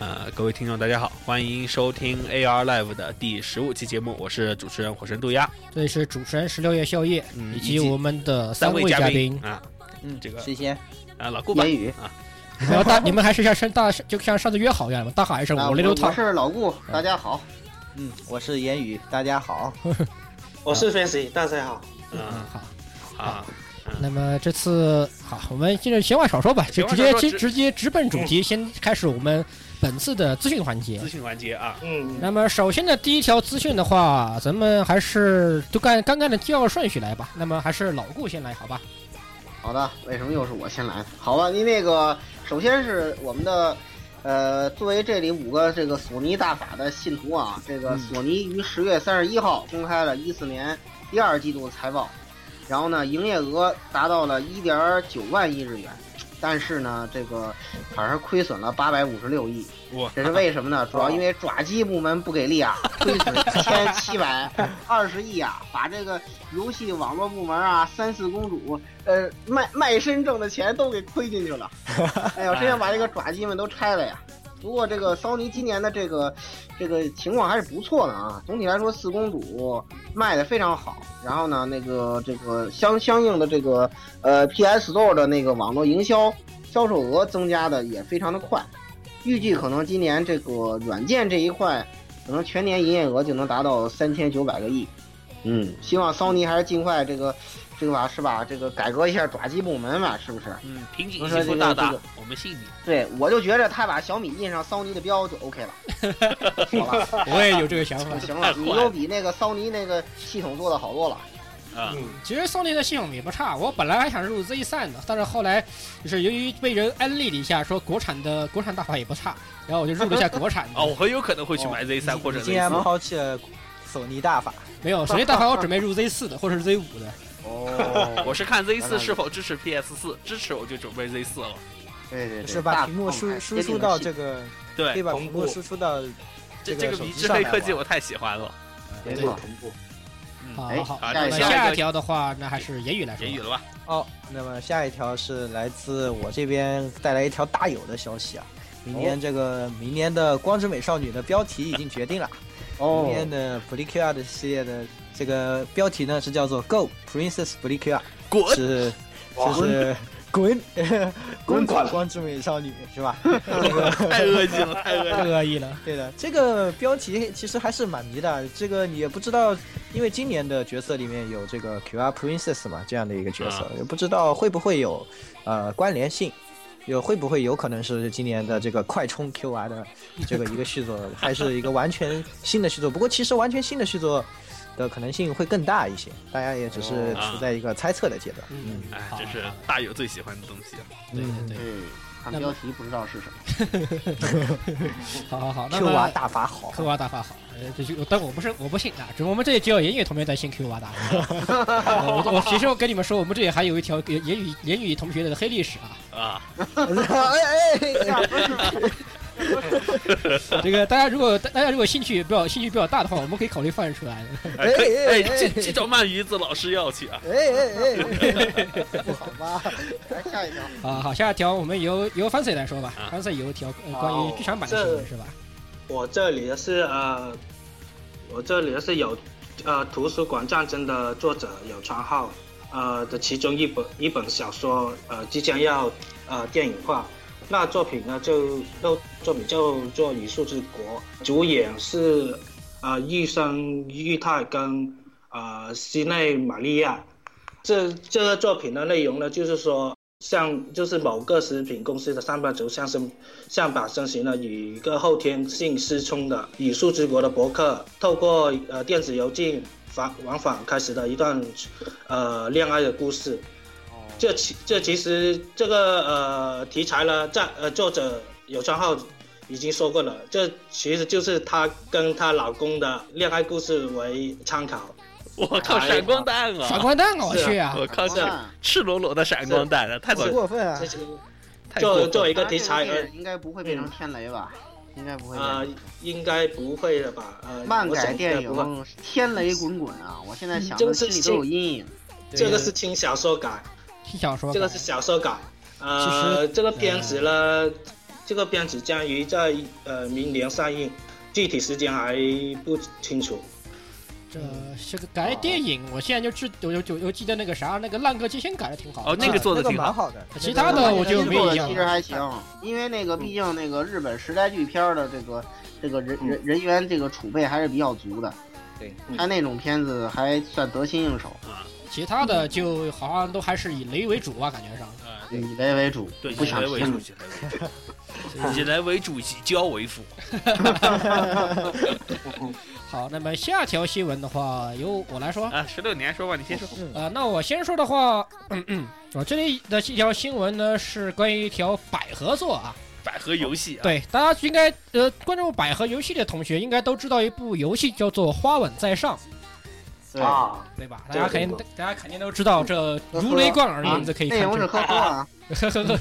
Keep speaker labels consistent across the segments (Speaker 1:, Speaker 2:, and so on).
Speaker 1: 呃各位听众，大家好，欢迎收听 AR Live 的第十五期节目，我是主持人火神渡鸦，
Speaker 2: 这里是主持人十六夜宵夜，
Speaker 1: 嗯
Speaker 2: 以
Speaker 1: 以及
Speaker 2: 及我们的
Speaker 1: 三
Speaker 2: 位
Speaker 1: 嘉
Speaker 2: 宾。
Speaker 1: 啊
Speaker 3: 嗯，
Speaker 1: 这个
Speaker 3: 谁先？
Speaker 1: 啊，老顾吧
Speaker 3: 言，语
Speaker 1: 啊，
Speaker 2: 然后大，你们还是像上大，就像上次约好一样嘛，大喊一声“
Speaker 3: 啊
Speaker 2: 雷流
Speaker 3: 我
Speaker 2: 淌
Speaker 3: 是老顾，大家好。嗯，我是言语，大家好。
Speaker 4: 我是 Fancy，大家好。”。
Speaker 2: 嗯，
Speaker 1: 嗯
Speaker 2: 好。
Speaker 1: 啊，
Speaker 2: 那么这次好，我们接着闲话少说吧，就直接
Speaker 1: 闲话少说嗯
Speaker 2: 直
Speaker 1: 直
Speaker 2: 直接直奔主题，先开始我们本次的资讯环节
Speaker 1: 资。讯环节啊，
Speaker 4: 嗯，
Speaker 2: 那么首先呢，第一条资讯的话，咱们还是就按刚刚的介绍顺序来吧。那么还是老顾先来，好吧？
Speaker 3: 好的，为什么又是我先来呢？好吧，你那个首先是我们的，呃，作为这里五个这个索尼大法的信徒啊，这
Speaker 1: 嗯
Speaker 3: 个索尼于十月三十一号公开了一四年第二季度财报，然后呢，营业额达到了一点九万亿日元，但是呢，这个反而亏损了八百五十六亿，
Speaker 1: 我
Speaker 3: 这是为什么呢？主要因为爪机部门不给力啊，亏损一千七百二十亿啊，把这个游戏网络部门啊，三四公主，呃，卖卖身挣的钱都给亏进去了。哎呦，真想把这个爪机们都拆了呀！不过这个骚尼今年的这个这个情况还是不错的啊，总体来说四公主卖的非常好，然后呢，那个这个相相应的这个呃 PS Store 的那个网络营销销售额增加的也非常的快。预计可能今年这个软件这一块，可能全年营业额就能达到三千九百个亿。嗯，希望索尼还是尽快这个，这个吧是吧？这个改革一下爪机部门吧，是不是？
Speaker 1: 嗯，瓶颈
Speaker 3: 我
Speaker 1: 媳
Speaker 3: 说这
Speaker 1: 妇
Speaker 3: 个
Speaker 1: 大
Speaker 3: 这
Speaker 1: 大
Speaker 3: 个，
Speaker 1: 我们信你，
Speaker 3: 对，我就觉着他把小米印上索尼的标就 OK 了。好了，
Speaker 2: 我也有这个想法
Speaker 3: 就。行了，你又比那个索尼那个系统做的好多了。
Speaker 1: 啊，
Speaker 4: 嗯
Speaker 2: 其实索尼的系统也不差，我本来还想入 Z 3的，但是后来就是由于被人安利了一下，说国产的国产大法也不差，然后我就入了一下国产的。
Speaker 1: 哦，我很有可能会去买 Z
Speaker 4: 哦
Speaker 1: 三
Speaker 5: 你
Speaker 1: 或者
Speaker 5: 你啊
Speaker 1: Z
Speaker 5: 竟然
Speaker 1: 四，
Speaker 5: 抛弃了索尼大法，
Speaker 2: 没有，首先大法我准备入 Z 4的或者是 Z 5的。
Speaker 3: 哦
Speaker 1: 我是看 Z
Speaker 3: 原
Speaker 1: 四
Speaker 3: 来
Speaker 1: 是否支持 PS 四，支持我就准备 Z 四了，
Speaker 3: 对对对，
Speaker 5: 是
Speaker 3: 大
Speaker 5: 把屏幕
Speaker 3: 放
Speaker 5: 输
Speaker 3: 开
Speaker 5: 输出到
Speaker 3: 接地
Speaker 5: 这个，
Speaker 1: 对
Speaker 5: 可以，把
Speaker 4: 同
Speaker 5: 屏幕
Speaker 4: 步
Speaker 5: 输出到
Speaker 1: 这
Speaker 5: 这
Speaker 1: 个迷
Speaker 5: 个手机
Speaker 1: 之
Speaker 5: 上
Speaker 1: 黑
Speaker 5: 来
Speaker 1: 科技
Speaker 5: 玩
Speaker 1: 我太喜欢了，
Speaker 3: 气
Speaker 4: 没
Speaker 3: 没错
Speaker 4: 错，。同步。
Speaker 2: 好
Speaker 3: 哎
Speaker 2: 好好，
Speaker 1: 好
Speaker 2: 那
Speaker 1: 下
Speaker 2: 么
Speaker 1: 一个
Speaker 2: 下一条的话，那还是言语来说
Speaker 1: 言
Speaker 2: 吧。
Speaker 1: 语了吧？
Speaker 5: 哦。那么下一条是来自我这边带来一条大有的消息啊，明年这个明年的《光之美少女》的标题已经决定了，明
Speaker 3: 哦，
Speaker 5: 年的 b r i c u a 的系列的这个标题呢是叫做 Go Princess b r i c u a
Speaker 1: 滚！
Speaker 5: 是
Speaker 3: 哦
Speaker 4: 哇
Speaker 5: 就是滚
Speaker 4: 滚
Speaker 5: 滚
Speaker 4: 款
Speaker 5: 光之美少女是吧？
Speaker 1: 太恶心了，太恶心了。
Speaker 2: 恶意了，
Speaker 5: 对的，这个标题其实还是蛮迷的。这个你也不知道，因为今年的角色里面有这个 QR Princess 嘛，这样的一个角色，也不知道会不会有呃关联性，有会不会有可能是今年的这个快充 QR 的这个一个续作，还是一个完全新的续作？不过其实完全新的续作的可能性会更大一些，大家也只是
Speaker 1: 哦
Speaker 5: 处在一个猜测的阶段。
Speaker 2: 嗯，
Speaker 1: 哎，
Speaker 2: 好
Speaker 1: 这是
Speaker 2: 好
Speaker 1: 大友最喜欢的东西啊。
Speaker 2: 对
Speaker 5: 嗯
Speaker 2: 对
Speaker 3: 嗯，看
Speaker 2: 那么
Speaker 3: 标题不知道是什么。
Speaker 2: 对，好好好，那
Speaker 5: Q 娃
Speaker 2: 么
Speaker 5: 大法好，
Speaker 2: Q 娃大法好，呃，这就但我不是我不信啊，只我们这里只有言语同学在信 Q 娃大法。 我我我其实我跟你们说，我们这里还有一条言言语言语同学的黑历史啊，
Speaker 1: 啊，
Speaker 5: 哎哎，
Speaker 2: 这个大家如果大大家如果兴趣比较兴趣比较大的话，我们可以考虑放出来。
Speaker 1: 哎可以，
Speaker 5: 哎
Speaker 1: 哎，
Speaker 5: 哎
Speaker 1: 这这找鳗鱼子老师要去啊。
Speaker 5: 哎哎哎，不好吧？
Speaker 3: 来下一条，
Speaker 2: 啊，好，下一条我们由由 Fancy 来说吧。
Speaker 1: 啊
Speaker 2: Fancy 有一条呃关于剧场版的新闻是吧？
Speaker 4: 我这里是呃，我这里是有呃《图书馆战争》的作者有川浩呃的其中一本一本小说呃即将要呃电影化。那作品呢就那作品叫做《语数之国》，主演是呃玉生裕太跟呃西内玛利亚。这这个作品的内容呢，就是说像就是某个食品公司的上班族向身向把身形呢与一个后天性失聪的语数之国的博客，透过呃电子邮件往往返开始的一段呃恋爱的故事。
Speaker 3: 哦
Speaker 4: 这其这其实这个呃题材呢，在呃作者有川浩已经说过了，这其实就是她跟她老公的恋爱故事为参考。
Speaker 1: 我靠，闪光弹
Speaker 2: 闪
Speaker 1: 啊！
Speaker 2: 光弹啊，我去啊！
Speaker 1: 我靠，
Speaker 3: 是
Speaker 1: 是赤裸裸的闪光弹啊！太
Speaker 5: 不
Speaker 1: 过
Speaker 5: 过分啊
Speaker 4: 这！其实
Speaker 1: 太过
Speaker 4: 作
Speaker 1: 分
Speaker 4: 作为一
Speaker 3: 一
Speaker 4: 个题材而嗯
Speaker 3: 应该不会变成天雷吧？应该不会变成
Speaker 4: 啊、应该不会的吧？呃，
Speaker 3: 漫改电
Speaker 4: 我想应该不会
Speaker 3: 影《天雷滚滚》啊，我现在想
Speaker 4: 这
Speaker 3: 的
Speaker 4: 个是
Speaker 3: 心里都有阴影。
Speaker 4: 这个是轻小说改，
Speaker 2: 听小说吧，
Speaker 4: 这个是小说改。
Speaker 2: 其呃
Speaker 4: 呃，这个片子呢，这个片子将于在呃明年上映，具体时间还不清楚。
Speaker 2: 这是个改电影，我现在就记，我就就记得那个啥，那个《浪客剑心》改的挺好的。
Speaker 1: 哦那个做得
Speaker 5: 啊那个
Speaker 1: 挺好
Speaker 5: 蛮好的，
Speaker 2: 其他的我就没有印象
Speaker 3: 其实还行，因为那个
Speaker 4: 嗯
Speaker 3: 毕竟那个日本时代剧片儿的这个这个
Speaker 4: 嗯
Speaker 3: 人人人员这个储备还是比较足的。
Speaker 5: 对，
Speaker 3: 他那种片子还算得心应手，
Speaker 2: 其他的就好像都还是以雷为主吧，感觉上。
Speaker 1: 呃，
Speaker 3: 以雷为主，
Speaker 1: 对，
Speaker 3: 不
Speaker 1: 以
Speaker 3: 想
Speaker 1: 雷为
Speaker 3: 提
Speaker 1: 主，以雷为主，以 雷为主，以教为辅。
Speaker 2: 好，那么下条新闻的话，由我来说。
Speaker 1: 啊，十六年说吧，你先说。
Speaker 2: 呃，那我先说的话，嗯我这里的一条新闻呢是关于一条百合作啊。
Speaker 1: 百合游戏啊，
Speaker 2: 对，大家应该呃关注百合游戏的同学应该都知道一部游戏叫做《花吻在上》，
Speaker 3: 对，
Speaker 4: 啊，
Speaker 2: 对吧？大
Speaker 4: 对
Speaker 2: 家肯定
Speaker 4: 对
Speaker 2: 大家肯定都知道，这如雷贯耳的名字可以
Speaker 3: 内
Speaker 2: 看出
Speaker 3: 容是
Speaker 2: 来。
Speaker 3: 呵呵啊，
Speaker 2: 呵呵呵，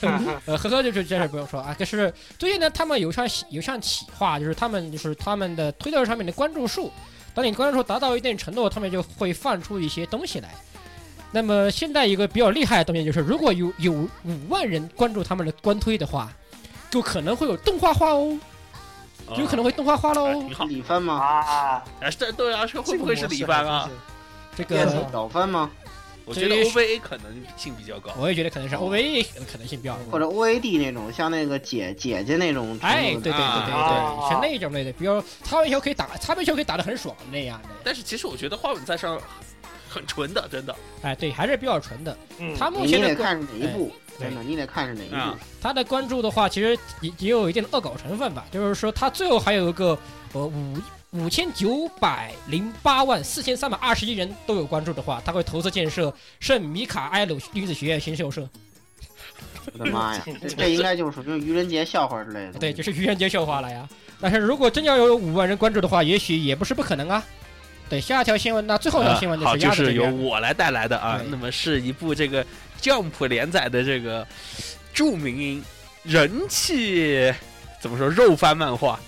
Speaker 2: 呃，呵呵，就是这事不用说啊。可是最近呢，他们有项有项企划，就是他们就是他们的推特上面的关注数，当你关注数达到一定程度，他们就会放出一些东西来。那么现在一个比较厉害的东西就是，如果有有五万人关注他们的官推的话，就可能会有动画化哦，有可能会动画化
Speaker 1: 哎
Speaker 2: 喽。
Speaker 1: 挺好。
Speaker 3: 李 帆吗？
Speaker 4: 啊，
Speaker 1: 哎，这豆芽说会不会是李
Speaker 5: 班
Speaker 1: 帆啊？？
Speaker 2: 这
Speaker 5: 电
Speaker 2: 个
Speaker 5: 子
Speaker 3: 小帆吗？
Speaker 1: 我觉得
Speaker 2: 这
Speaker 1: OVA 可能性比较高。
Speaker 2: 我也觉得可能是
Speaker 4: 哦
Speaker 2: OVA 可能性比较高
Speaker 3: 或。者
Speaker 4: 嗯
Speaker 3: OAD 那种，像那个姐姐姐那种程度的，
Speaker 2: 哎，对对对对对，
Speaker 4: 啊
Speaker 2: 是那种类的，比如擦边球可以打，擦边球可以打得很爽那样的。
Speaker 1: 但是其实我觉得花吻在上很纯的，真的。
Speaker 2: 哎，对，还是比较纯的。
Speaker 4: 嗯，
Speaker 2: 他目
Speaker 3: 你
Speaker 2: 前
Speaker 3: 得
Speaker 2: 的关
Speaker 3: 看是哪一部，
Speaker 2: 哎
Speaker 3: 真的，你得看是哪一
Speaker 1: 啊
Speaker 3: 部。
Speaker 2: 他的关注的话，其实也也有一定的恶搞成分吧，就是说他最后还有一个呃五五千九百零八万四千三百二十一人都有关注的话，他会投资建设圣米卡埃鲁女子学院新宿舍。
Speaker 3: 我的妈 呀，这这应该就是属于愚人节笑话之类的。
Speaker 2: 对，就是愚人节笑话了呀。但是如果真要有五万人关注的话，也许也不是不可能啊。对，下一条新闻呢，最后一条新闻
Speaker 1: 呃
Speaker 2: 就
Speaker 1: 好，
Speaker 2: 是鸭
Speaker 1: 就
Speaker 2: 子这
Speaker 1: 是由
Speaker 2: 边。
Speaker 1: 我来带来的啊
Speaker 2: 对。
Speaker 1: 那么是一部这个 Jump 连载的这个著名人气怎么说肉番漫 画，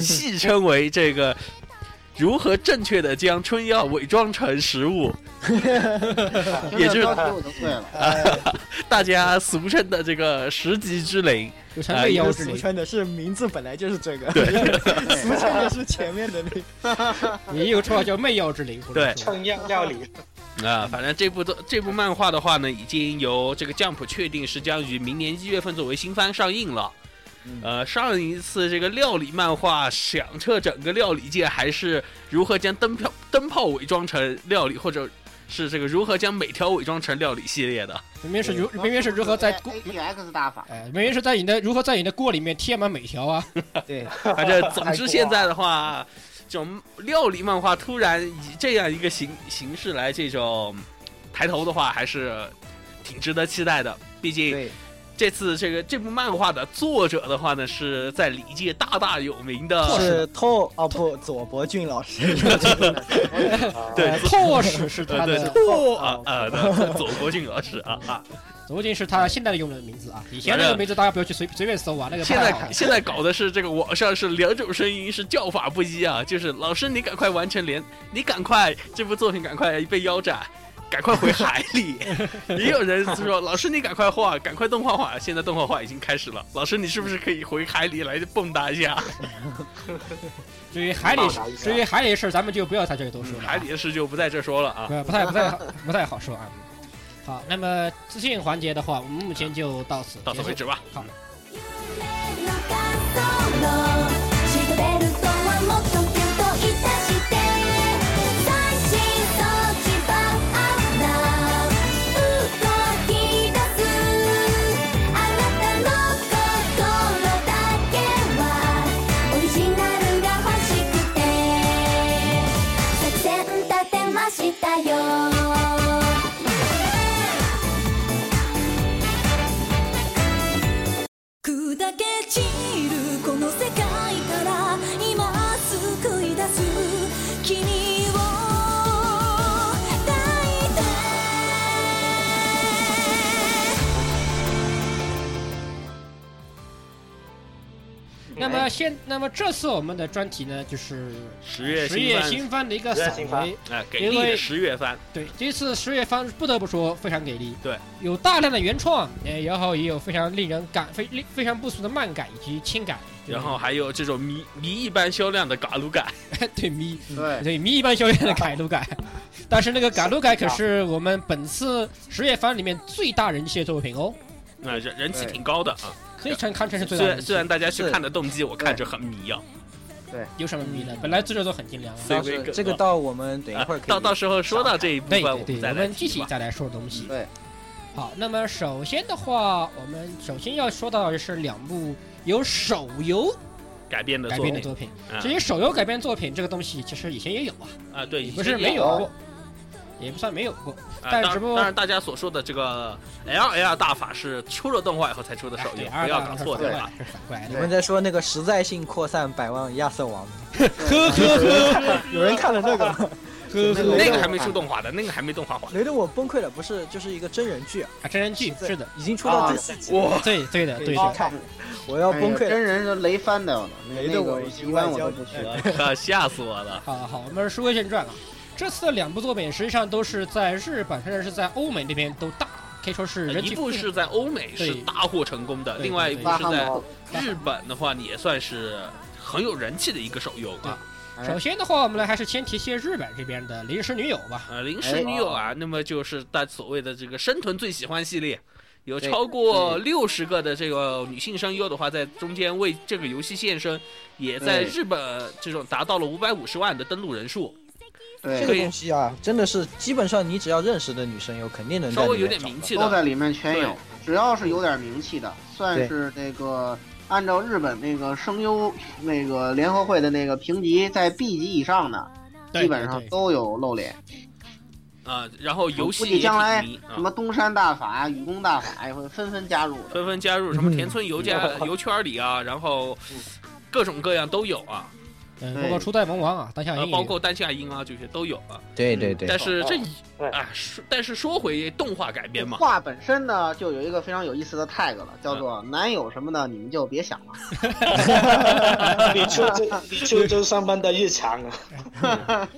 Speaker 1: 戏称为这个。如何正确的将春药伪装成食物？也
Speaker 3: 听啊这
Speaker 1: 就是
Speaker 3: 标题我就醉了。
Speaker 1: 大家俗称的这个十级之灵，
Speaker 2: 有成未
Speaker 1: 哎
Speaker 2: 妖之
Speaker 5: 俗
Speaker 2: 灵，
Speaker 5: 称的是名字本来就是这个，俗
Speaker 3: 对
Speaker 5: 称的是前面的那个。
Speaker 2: 也有绰号叫媚妖之灵。或
Speaker 1: 对
Speaker 2: 者说
Speaker 4: 称样料理，
Speaker 1: 啊，反正这部都这部漫画的话呢，已经由这个 Jump 确定是将于明年一月份作为新番上映了。呃，上一次这个料理漫画响彻整个料理界，还是如何将灯泡灯泡伪装成料理，或者是这个如何将每条伪装成料理系列的。
Speaker 2: 明明是如明明是如何在锅，
Speaker 3: ATX 大法？
Speaker 2: 哎，明明是在你的如何在你的锅里面贴满每条啊。
Speaker 5: 对，
Speaker 1: 反正总之现在的话，这种料理漫画突然以这样一个形形式来这种抬头的话，还是挺值得期待的。毕竟
Speaker 5: 对，
Speaker 1: 这次这个这部漫画的作者的话呢，是在理界大大有名的，
Speaker 5: 是透哦不，佐伯俊 老师，
Speaker 1: 对
Speaker 2: 呃，拓史是
Speaker 1: 对
Speaker 2: 他
Speaker 1: 对
Speaker 2: 的，
Speaker 1: 拓啊 啊的佐伯俊老师啊啊，
Speaker 2: 佐竟是他现在用的名字啊。以前那个名字大家不要去随随便搜啊，那个不
Speaker 1: 现
Speaker 2: 太好
Speaker 1: 在。现在搞的是这个网上是两种声音是叫法不一啊，就是老师你赶快完成连，你赶快这部作品赶快被腰斩。赶快回海 里！也有人说：“老师，你赶快画，赶快动画化。”现在动画化已经开始了。老师，你是不是可以回海里来蹦跶一下？
Speaker 2: 至于海里事
Speaker 4: 骂他一，下
Speaker 2: 至于海里的事，咱们就不要在这里多说了啊。
Speaker 1: 嗯海里的事就不在这说了啊。
Speaker 2: 不不太不太好不太好说啊。好，那么资讯环节的话，我们目前就到此
Speaker 1: 到此为
Speaker 2: 结束。
Speaker 1: 止吧。嗯
Speaker 2: 好
Speaker 6: 夢の感想のシートベルトはもっとぎゅっといたして最新装置バーナー動き出すあなたの心だけはオリジナルが欲しくて作戦立てましたよ砕け散るこの世界から今救い出す君を抱いて
Speaker 2: 那么现，那么这次我们的专题呢，就是
Speaker 1: 十月
Speaker 2: 十
Speaker 1: 新
Speaker 2: 月
Speaker 1: 番，
Speaker 2: 新番的一个
Speaker 4: 十月
Speaker 2: 扫
Speaker 4: 新番
Speaker 2: 雷。
Speaker 1: 哎，给力
Speaker 2: 因
Speaker 1: 的
Speaker 2: 为
Speaker 1: 十月番，
Speaker 2: 对，这次十月番不得不说非常给力，
Speaker 1: 对，
Speaker 2: 有大量的原创，呃，然后也有非常令人感非非常不俗的漫改以及轻改，
Speaker 1: 然后还有这种迷迷一般销量的嘎鲁改，
Speaker 2: 对迷
Speaker 3: 对，
Speaker 2: 对迷一般修炼的改 路改，但是那个改路改可是我们本次十月番里面最大人气的作品哦，
Speaker 1: 那啊人人气
Speaker 3: 对
Speaker 1: 挺高的啊。
Speaker 2: 可以称堪称是最
Speaker 1: 虽
Speaker 2: 大人
Speaker 1: 然
Speaker 2: 气。
Speaker 1: 虽然大家去
Speaker 5: 是
Speaker 1: 看的动机，我看着很迷啊。
Speaker 2: 有什么
Speaker 1: 嗯
Speaker 2: 迷呢？本来制作都很精良啊。
Speaker 1: 所以
Speaker 5: 到
Speaker 1: 我也
Speaker 5: 时
Speaker 1: 跟
Speaker 5: 这个到我们等一
Speaker 1: 啊
Speaker 5: 会儿可以
Speaker 1: 到到时候说到这一部
Speaker 2: 对
Speaker 1: 分，
Speaker 2: 对
Speaker 1: 们
Speaker 2: 对，
Speaker 1: 再
Speaker 2: 我
Speaker 1: 来
Speaker 2: 们具
Speaker 1: 提
Speaker 2: 体
Speaker 1: 吧。
Speaker 2: 再来说东西。
Speaker 3: 对，
Speaker 2: 好，那么首先的话，我们首先要说到的是两部由手游
Speaker 1: 改编的
Speaker 2: 改
Speaker 1: 作
Speaker 2: 编的
Speaker 1: 品
Speaker 2: 作品。
Speaker 1: 啊
Speaker 2: 至于手游改编作品这个东西，其实以前也有啊，
Speaker 1: 啊，对，
Speaker 2: 也
Speaker 1: 以
Speaker 2: 不
Speaker 1: 前
Speaker 2: 是
Speaker 1: 也
Speaker 2: 没有
Speaker 1: 啊
Speaker 2: 过，也不算没有过。但
Speaker 1: 当
Speaker 2: 只不过
Speaker 1: 当然大家所说的这个 L L 大法是出了动画以后才出的手游，
Speaker 2: 哎
Speaker 1: 不要搞错
Speaker 2: 对
Speaker 1: 对
Speaker 2: 二
Speaker 1: 吧？
Speaker 2: 杠是反过来
Speaker 5: 你
Speaker 2: 的。
Speaker 5: 们在说那个实在性扩散百万亚瑟王吗，
Speaker 2: 呵呵呵
Speaker 5: 有人看了这个吗？
Speaker 2: 呵
Speaker 5: 对
Speaker 1: 那
Speaker 2: 呵，
Speaker 1: 个还没出动画的，那个还没动画化。
Speaker 5: 雷得我崩溃了，不是，就是一个真人剧，
Speaker 2: 啊真人剧
Speaker 5: 对
Speaker 2: 是的，
Speaker 5: 已经出到第
Speaker 3: 啊
Speaker 5: 四集了，
Speaker 1: 哇，哦
Speaker 2: 对对的
Speaker 5: 可以
Speaker 2: 对
Speaker 5: 去
Speaker 2: 的。
Speaker 5: 看，我要
Speaker 3: 哎
Speaker 5: 崩
Speaker 3: 呀
Speaker 5: 溃了。
Speaker 3: 真人都雷翻掉了，那
Speaker 5: 雷
Speaker 3: 那
Speaker 5: 得
Speaker 3: 个
Speaker 5: 我已
Speaker 3: 一
Speaker 5: 经
Speaker 3: 般
Speaker 5: 外
Speaker 3: 我
Speaker 5: 交
Speaker 3: 都不去。
Speaker 1: 我靠， 吓死我了！
Speaker 2: 好好，我们书归正传啊。这次的两部作品实际上都是在日本，甚至是在欧美那边都大，可以说是人
Speaker 1: 呃一
Speaker 2: 气
Speaker 1: 部是在欧美是
Speaker 2: 对
Speaker 1: 大获成功的，
Speaker 2: 对
Speaker 1: 另外一部
Speaker 3: 发
Speaker 1: 是
Speaker 3: 汗
Speaker 1: 在
Speaker 3: 毛，
Speaker 1: 日本的话，你也算是很有人气的一个手游啊。
Speaker 3: 哎
Speaker 2: 首先的话，我们来还是先提一些日本这边的临时女友吧。
Speaker 1: 呃，临时女友啊，那么就是大所谓的这个生存最喜欢系列，有超过六十个的这个女性声优的话，在中间为这个游戏献身，也在
Speaker 3: 对
Speaker 1: 日本这种达到了五百五十万的登录人数，
Speaker 5: 这
Speaker 3: 对，
Speaker 5: 个东西啊，真的是基本上你只要认识的女生友，肯定能在
Speaker 1: 稍微
Speaker 5: 里
Speaker 1: 有
Speaker 5: 面
Speaker 1: 点
Speaker 5: 找
Speaker 1: 名
Speaker 5: 到
Speaker 1: 气
Speaker 3: 都
Speaker 1: 的。
Speaker 3: 在里面全有
Speaker 1: 对，
Speaker 3: 只要是有点名气的，算
Speaker 5: 对
Speaker 3: 是那个按照日本那个声优那个联合会的那个评级，在 B 级以上的，
Speaker 2: 对
Speaker 3: 基本上
Speaker 2: 对对
Speaker 3: 都有露脸。
Speaker 1: 啊，然后游戏
Speaker 3: 估
Speaker 1: 也
Speaker 3: 计将来
Speaker 1: 挺迷啊
Speaker 3: 什么东山大法、雨宫大法也会纷纷加入的。
Speaker 1: 纷纷加入什么田村游家游圈里啊，然后各种各样都有啊，
Speaker 2: 嗯，
Speaker 3: 对
Speaker 2: 包括初代萌王啊，当下
Speaker 1: 啊
Speaker 2: 英，语，
Speaker 1: 包括单下音啊这些都有啊。
Speaker 5: 对对对
Speaker 1: 但，是这一
Speaker 4: 对
Speaker 1: 啊，说但是说回动画改编嘛，
Speaker 3: 画本身呢，就有一个非常有意思的 tag 了，叫做
Speaker 2: 啊
Speaker 3: “男友什么的，你们就别想了
Speaker 4: 比出租比出租上班的日常啊，
Speaker 2: 哎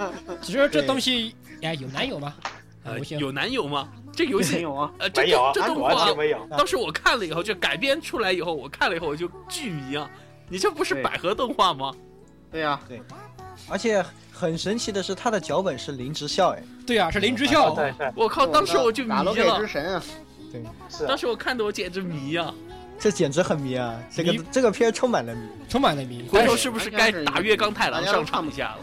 Speaker 2: 其实这东西，哎，有男友吗？啊
Speaker 1: 呃
Speaker 2: 不行，
Speaker 1: 有男友吗？这游”。戏
Speaker 3: 没有啊，
Speaker 1: 呃，这
Speaker 4: 没有啊
Speaker 1: 这这，动
Speaker 4: 完
Speaker 1: 画
Speaker 4: 全没有。
Speaker 5: 啊
Speaker 1: 当时我看了以后，就改编出来以后，我看了以后我就巨迷啊！你这不是
Speaker 3: 对
Speaker 1: 百合动画吗？
Speaker 3: 对呀、
Speaker 5: 而且很神奇的是，他的脚本是林之孝，哎，
Speaker 2: 对啊，是林之孝，
Speaker 4: 对对，
Speaker 2: 哦
Speaker 1: 我靠，当时我就迷
Speaker 3: 打洛克之
Speaker 1: 了，
Speaker 3: 神啊，
Speaker 4: 是啊
Speaker 1: 当时我看的我简直迷啊！
Speaker 5: 这简直很迷啊！这个
Speaker 2: 迷
Speaker 5: 这个片儿充满了迷。
Speaker 2: 充满了迷。
Speaker 1: 回
Speaker 2: 但
Speaker 1: 头
Speaker 2: 是
Speaker 1: 是不是该打月刚太郎上场一下了？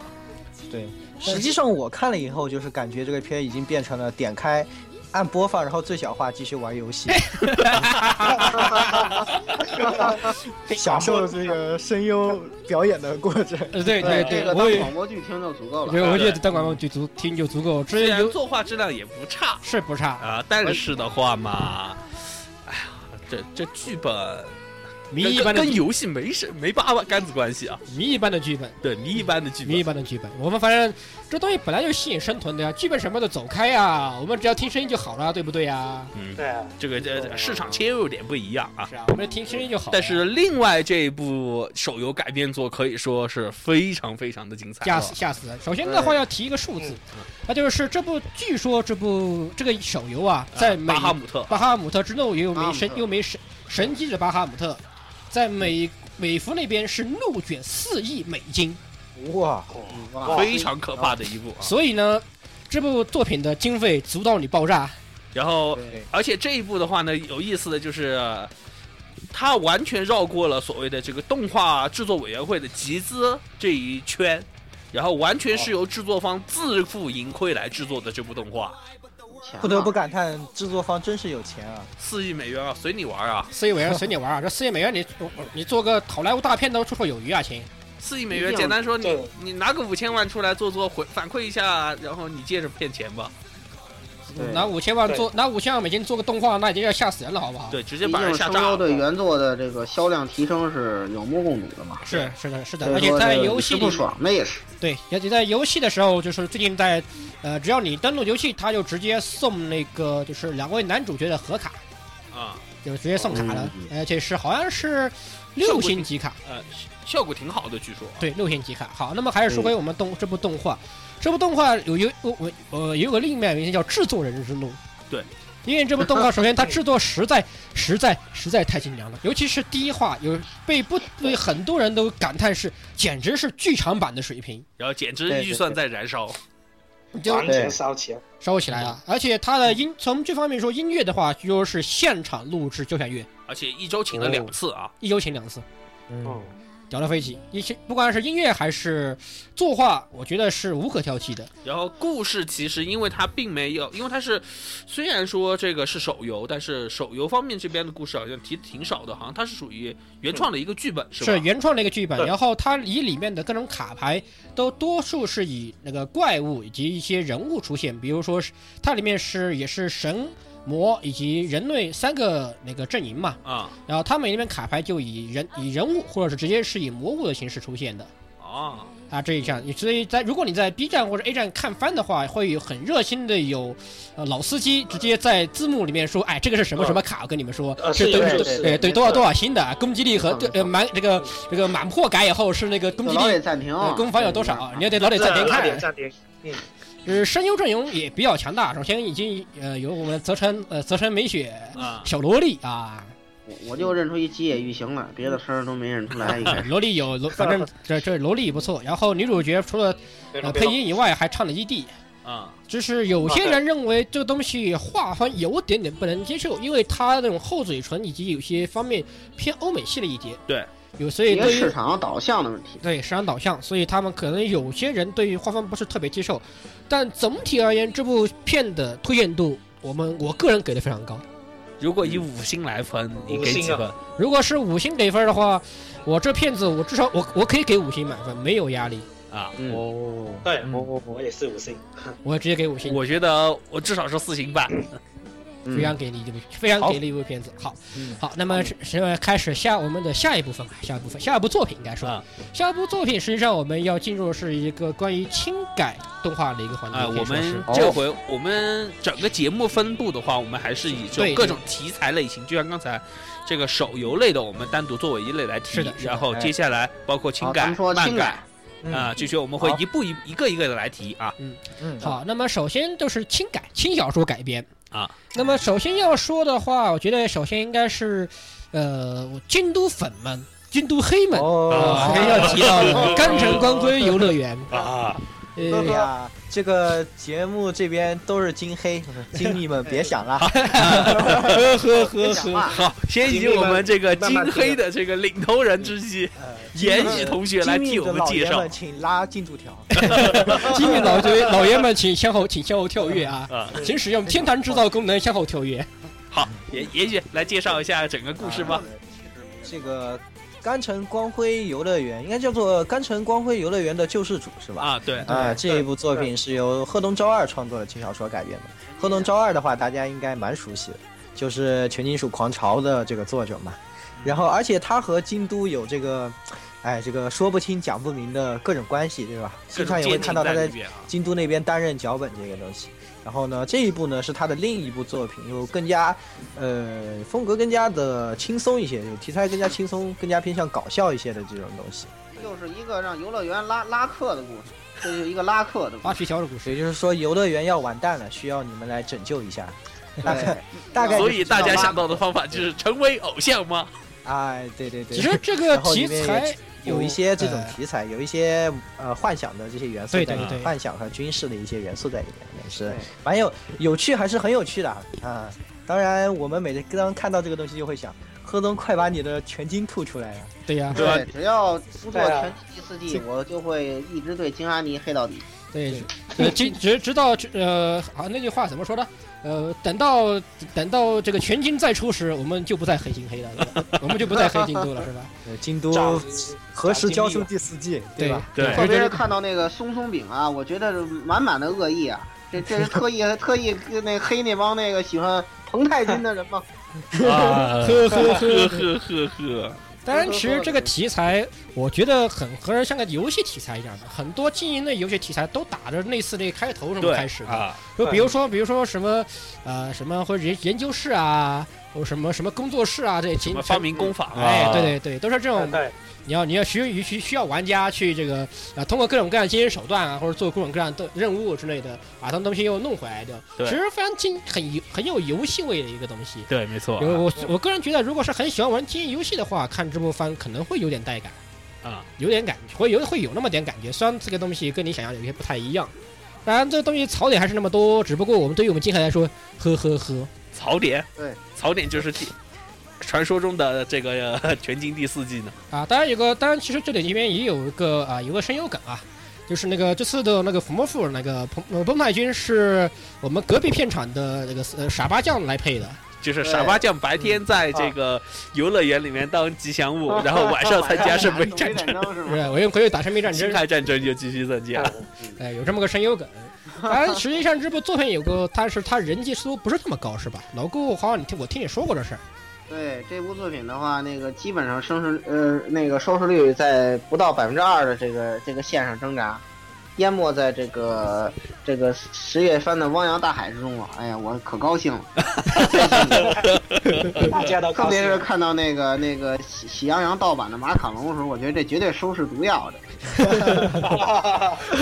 Speaker 5: 对，实际上我看了以后，就是感觉这个片已经变成了点开、按播放，然后最小化继续玩游 戏，享受这个声优表演的过程。
Speaker 2: 呃，对对
Speaker 3: 这
Speaker 2: 对，
Speaker 3: 个
Speaker 2: 我
Speaker 3: 当
Speaker 2: 也
Speaker 3: 广播剧听就足够
Speaker 2: 对，
Speaker 3: 了。
Speaker 2: 我觉得当广播剧足听就足够。至
Speaker 1: 虽
Speaker 2: 于
Speaker 1: 然
Speaker 2: 有
Speaker 1: 作画质量也不差
Speaker 2: 是不差，
Speaker 1: 啊，但是的话嘛，哎呀，这这剧本
Speaker 2: 迷
Speaker 1: 跟
Speaker 2: 一般
Speaker 1: 跟
Speaker 2: 的
Speaker 1: 跟游戏没什没八竿子关系啊。
Speaker 2: 迷一般的剧本。
Speaker 1: 对，迷一般的剧
Speaker 2: 迷一
Speaker 1: 本，
Speaker 2: 般的剧本，我们反正这东西本来就吸引生存的呀，剧本什么的走开呀，我们只要听声音就好了，对不对呀？
Speaker 1: 嗯，
Speaker 4: 对啊，
Speaker 1: 这个这这市场切入点不一样啊。
Speaker 2: 是啊，我们听声音就好了。
Speaker 1: 但是另外这一部手游改编作可以说是非常非常的精彩
Speaker 2: 吓
Speaker 1: 了，
Speaker 2: 死吓死人！首先的话要提一个数字，
Speaker 1: 嗯
Speaker 2: 那就是这部据说这部这个手游啊，在美
Speaker 1: 巴哈姆特
Speaker 2: 巴哈姆特之怒也有
Speaker 3: 巴哈
Speaker 2: 名
Speaker 3: 姆
Speaker 2: 神
Speaker 3: 特
Speaker 2: 又名神神机的巴哈姆特，在美美服那边是怒卷四亿美金，
Speaker 5: 哇，
Speaker 3: 哇，
Speaker 1: 非常可怕的一部啊。
Speaker 2: 所以呢，这部作品的经费足到你爆炸。
Speaker 1: 然后，
Speaker 5: 对，
Speaker 1: 而且这一部的话呢，有意思的就是，它完全绕过了所谓的这个动画制作委员会的集资这一圈，然后完全是由制作方自负盈亏来制作的这部动画，
Speaker 3: 强啊
Speaker 5: 不得不感叹制作方真是有钱啊！
Speaker 1: 四亿美元啊，随你玩啊，
Speaker 2: 四亿美元随你玩啊，这四亿美元你你做个好莱坞大片都绰绰有余啊，亲。
Speaker 1: 四亿美元，简单说你
Speaker 4: 对
Speaker 1: 你拿个五千万出来做做回反馈一下，然后你接着骗钱吧，
Speaker 3: 对
Speaker 2: 拿五千万做拿五千万美金做个动画，那已经要吓死人了，好不好？，
Speaker 1: 对，直接
Speaker 3: 毕
Speaker 1: 把人
Speaker 3: 竟
Speaker 1: 吓
Speaker 3: 声
Speaker 1: 炸
Speaker 3: 优
Speaker 1: 了。
Speaker 3: 对原作的这个销量提升是有目共睹的嘛。
Speaker 2: 是是的，是的，
Speaker 3: 所
Speaker 2: 而
Speaker 3: 以
Speaker 2: 且
Speaker 3: 说
Speaker 2: 在
Speaker 3: 这个
Speaker 2: 游
Speaker 3: 你
Speaker 2: 戏
Speaker 3: 吃
Speaker 2: 里
Speaker 3: 不，爽那也是，
Speaker 2: 对，而且在游戏的时候，就是最近在，呃，只要你登录游戏，他就直接送那个就是两位男主角的盒卡，
Speaker 1: 啊，
Speaker 2: 就直接送卡
Speaker 3: 嗯
Speaker 2: 了，而且是好像是六星级卡，
Speaker 1: 呃，效果挺好的，据说。
Speaker 2: 对，六星级卡。好，那么还是说回我们动这部动画，这部动画有有我我呃也有个另一面原因叫制作人之路。
Speaker 1: 对，
Speaker 2: 因为这部动画首先它制作实在实在实在太精良了，尤其是第一话有被不被很多人都感叹是简直是剧场版的水平，
Speaker 1: 然后简直
Speaker 5: 对对
Speaker 1: 预算在燃烧，
Speaker 2: 就
Speaker 4: 完全烧钱，
Speaker 2: 烧起来了。而且它的音从这方面说音乐的话，就是现场录制交响乐，
Speaker 1: 而且一周请了
Speaker 3: 哦
Speaker 1: 两次啊。
Speaker 2: 一周请两次。
Speaker 5: 嗯，
Speaker 2: 屌到飞起！一些不管是音乐还是作画，我觉得是无可挑剔的。
Speaker 1: 然后故事其实因为它并没有，因为它是虽然说这个是手游，但是手游方面这边的故事好像提挺少的，好像它是属于原创的一个剧本，是吧？
Speaker 2: 是原创的一个剧本，
Speaker 4: 对
Speaker 2: 然后它以里面的各种卡牌都多数是以那个怪物以及一些人物出现，比如说是它里面是也是神魔以及人类三个那个阵营嘛，
Speaker 1: 啊
Speaker 2: 然后他们里面卡牌就以人以人物或者是直接是以魔物的形式出现的。
Speaker 1: 啊，
Speaker 2: 啊，这一站，所以在如果你在 B 站或者 A 站看番的话，会有很热心的有，呃，老司机直接在字幕里面说，哎，这个是什么什么卡，我跟你们说，
Speaker 4: 呃
Speaker 2: 是对
Speaker 4: 是有
Speaker 2: 对
Speaker 4: 是
Speaker 2: 对
Speaker 4: 有
Speaker 2: 对
Speaker 4: 没
Speaker 2: 多少
Speaker 4: 错嗯
Speaker 2: 多少星的攻击力和
Speaker 3: 没错
Speaker 2: 呃满这个这个满破改以后是那个攻击
Speaker 3: 老得
Speaker 2: 力。
Speaker 3: 暂停
Speaker 2: 呃，攻防有多少？你要得老得
Speaker 4: 是
Speaker 2: 在边
Speaker 4: 哦嗯老
Speaker 2: 看。
Speaker 4: 点暂停，
Speaker 2: 就是声优阵容也比较强大，首先已经呃有我们泽城呃泽城美雪、
Speaker 1: 啊
Speaker 2: 小萝莉啊，
Speaker 3: 我我就认出一吉野玉行了，别的声儿都没认出 来。一开始
Speaker 2: 萝莉有萝，反正这这萝莉不错。然后女主角除了呃配音以外，还唱了 ED。
Speaker 1: 啊
Speaker 2: 就是有些人认为这个东西画风有点点不能接受，因为它那种厚嘴唇以及有些方面偏欧美系的一些。
Speaker 1: 对，
Speaker 2: 有所以
Speaker 3: 一个
Speaker 2: 对
Speaker 3: 市
Speaker 2: 于
Speaker 3: 场导向的问题，
Speaker 2: 对市场导向，所以他们可能有些人对于画风不是特别接受，但总体而言，这部片的推荐度，我们我个人给的非常高。
Speaker 1: 如果以五星来分，你给几
Speaker 4: 五星啊
Speaker 1: 分？
Speaker 2: 如果是五星给分的话，我这片子我至少我我可以给五星满分，没有压力，
Speaker 1: 啊？
Speaker 3: 嗯，
Speaker 5: 哦，
Speaker 4: 对
Speaker 5: 嗯
Speaker 4: 我我我也是五星，
Speaker 2: 我会直接给五星。
Speaker 1: 我觉得我至少是四星半。
Speaker 3: 嗯
Speaker 2: 非常给力这部非常给力一部片子。好，
Speaker 1: 嗯
Speaker 2: 好，那么是是开始下我们的下一部分吧，下一部分下一部作品应该说
Speaker 1: 啊，
Speaker 2: 下一部作品实际上我们要进入的是一个关于轻改动画的一个环节，
Speaker 1: 啊，
Speaker 2: 可以
Speaker 1: 我
Speaker 2: 说是哦
Speaker 1: 们这回我们整个节目分布的话，我们还是以这
Speaker 2: 对
Speaker 1: 种各种题材类型，就像刚才这个手游类的，我们单独作为一类来提。
Speaker 2: 是的是的
Speaker 1: 然后接下来包括轻
Speaker 3: 好咱
Speaker 1: 改
Speaker 3: 们、说
Speaker 1: 漫
Speaker 3: 轻
Speaker 1: 改
Speaker 3: 改
Speaker 5: 嗯
Speaker 1: 啊，这些我们会
Speaker 5: 好
Speaker 1: 一步一一个一个的来提啊。
Speaker 5: 嗯，
Speaker 2: 好，那么首先就是轻改轻小说改编
Speaker 1: 啊。
Speaker 2: 那么首先要说的话，我觉得首先应该是，呃，我京都粉们。京都黑们，
Speaker 5: 哦，
Speaker 2: 首先要提到了甘城光辉游 乐园
Speaker 1: 啊，
Speaker 5: 对
Speaker 2: 呃，
Speaker 5: 呀，这个节目这边都是金黑， 金迷们别想了，
Speaker 1: 呵呵
Speaker 3: 别
Speaker 1: 呵
Speaker 3: 讲
Speaker 1: 呵。
Speaker 3: 话，
Speaker 1: 好，先以
Speaker 4: 请你
Speaker 1: 我们
Speaker 4: 们
Speaker 1: 这个
Speaker 4: 慢
Speaker 1: 金
Speaker 4: 慢
Speaker 1: 黑
Speaker 4: 听
Speaker 1: 的这个领头人之一
Speaker 5: 呃
Speaker 1: 言语同学来替我们介绍
Speaker 5: 请拉进度条。
Speaker 2: 金玉老爷老爷们，请向后，请向后跳跃啊！
Speaker 1: 啊。
Speaker 2: 请使用天堂制造功能向后跳跃。
Speaker 1: 好，言言语来介绍一下整个故事吧。
Speaker 5: 这个甘城光辉游乐园应该叫做甘城光辉游乐园的救世主是吧？
Speaker 1: 啊，对，
Speaker 5: 啊，
Speaker 4: 对
Speaker 5: 这一部作品是由贺东昭二创作的轻小说改编的。贺东昭二的话，大家应该蛮熟悉的，就是《全金属狂潮》的这个作者嘛。
Speaker 1: 嗯
Speaker 5: 然后，而且他和京都有这个，哎，这个说不清讲不明的各种关系，对吧？
Speaker 1: 各
Speaker 5: 经
Speaker 1: 种
Speaker 5: 常也
Speaker 1: 奸
Speaker 5: 会
Speaker 1: 情
Speaker 5: 看到他
Speaker 1: 在
Speaker 5: 在
Speaker 1: 里边啊。
Speaker 5: 京都那边担任脚本这个东西。然后呢，这一部呢是他的另一部作品，又更加，呃，风格更加的轻松一些，就题材更加轻松，更加偏向搞笑一些的这种东西。
Speaker 3: 又是一个让游乐园拉拉客的故事，这就是一个拉客的故
Speaker 2: 挖
Speaker 3: 事。
Speaker 2: 皮条的故事，
Speaker 5: 所以就是说，游乐园要完蛋了，需要你们来拯救一下。大概大概
Speaker 1: 所
Speaker 5: 就是
Speaker 1: 以
Speaker 5: 这
Speaker 1: 大家
Speaker 5: 样吧
Speaker 1: 想到的方法就是成为偶像吗？
Speaker 5: 哎，对对对，
Speaker 2: 其实这个
Speaker 5: 然后
Speaker 2: 题
Speaker 5: 里面
Speaker 2: 材
Speaker 5: 有一些这种
Speaker 2: 呃
Speaker 5: 题材，有一些呃幻想的这些元素在
Speaker 2: 对
Speaker 5: 里
Speaker 2: 对
Speaker 5: 面，
Speaker 2: 对
Speaker 5: 幻想和军事的一些元素在里面，也是
Speaker 3: 对
Speaker 5: 蛮有有趣，还是很有趣的啊。当然，我们每次刚看到这个东西就会想，贺东快把你的全金吐出来呀、啊
Speaker 2: 对呀，
Speaker 1: 对吧
Speaker 3: 对，只要出
Speaker 4: 对
Speaker 3: 做
Speaker 4: 啊
Speaker 3: 全季第四季，我就会一直对金阿尼黑到底。
Speaker 2: 对，呃，直直直到呃，好那句话怎么说的？呃，等到等到这个全金再出时，我们就不再黑金黑了， 是吧我们就不再黑京 都了，是吧？
Speaker 5: 呃京
Speaker 2: 嗯
Speaker 5: 都
Speaker 4: 涨
Speaker 5: 何时交出
Speaker 4: 涨
Speaker 5: 第四季，
Speaker 2: 对
Speaker 5: 吧？
Speaker 1: 对
Speaker 2: 就
Speaker 3: 特
Speaker 2: 是
Speaker 3: 别
Speaker 2: 这
Speaker 3: 是
Speaker 2: 个
Speaker 3: 看到那个松松饼啊，我觉得是满满的恶意啊！这这是特意 特意跟那黑那帮那个喜欢彭太金的人吗？
Speaker 1: 啊，
Speaker 2: 呵呵呵
Speaker 1: 呵呵呵呵，
Speaker 2: 当然，其实这个题材我觉得很和像个游戏题材一样的，很多经营类游戏题材都打着类似的开头什么
Speaker 1: 对
Speaker 2: 开始的。
Speaker 1: 啊，
Speaker 2: 就比如说，比如说什么，呃，什么或者研研究室啊，有什么什么工作室啊，这
Speaker 1: 什
Speaker 2: 什
Speaker 1: 么发明。功法嘛，
Speaker 2: 哎，
Speaker 7: 啊
Speaker 2: 对对对，都是这种
Speaker 4: 对，
Speaker 2: 你要你要需需需要玩家去这个啊，通过各种各样的经营手段啊，或者做各种各样的任务之类的，把他们东西又弄回来的，
Speaker 1: 对
Speaker 2: 其实非常经很游很有游戏味的一个东西。
Speaker 1: 对，没错
Speaker 2: 因为我我个人觉得，如果是很喜欢玩经营游戏的话，看这部番可能会有点带感，
Speaker 1: 啊，
Speaker 2: 有点感觉，会有会有那么点感觉。虽然这个东西跟你想象有些不太一样，当然这个东西槽点还是那么多，只不过我们对于我们金海来说，呵呵呵，
Speaker 1: 槽点，
Speaker 3: 对，
Speaker 1: 槽点就是第传说中的这个呃全金第四季呢，
Speaker 2: 啊，当然有个，当然其实这里面也有一个啊，有个声优梗啊，就是那个这次的那个伏魔妇那个彭呃彭泰君是我们隔壁片场的那个呃傻八酱来配的，
Speaker 1: 就是
Speaker 3: 对
Speaker 1: 傻八酱白天在这个游乐园里面当吉祥物， 然 后晚上参加圣杯战争，
Speaker 3: 争是
Speaker 2: 是不是
Speaker 3: 吧？
Speaker 2: 我用可以打神秘战争
Speaker 1: 辛，亥战争就继续参加了，
Speaker 2: 哎，有这么个声优梗。当然，实际上这部作品有个，但是他人气似乎不是那么高，是吧？老顾，好像你听我听你说过这事儿，
Speaker 3: 对这部作品的话，那个基本上收视呃那个收视率在不到百分之二的这个这个线上挣扎，淹没在这个这个十月番的汪洋大海之中了。哎呀，我可高兴了，
Speaker 4: 大家都
Speaker 3: 特
Speaker 4: 高
Speaker 3: 别
Speaker 4: 兴
Speaker 3: 是看到那个那个喜喜羊羊盗版的马卡龙的时候，我觉得这绝对收视毒药的。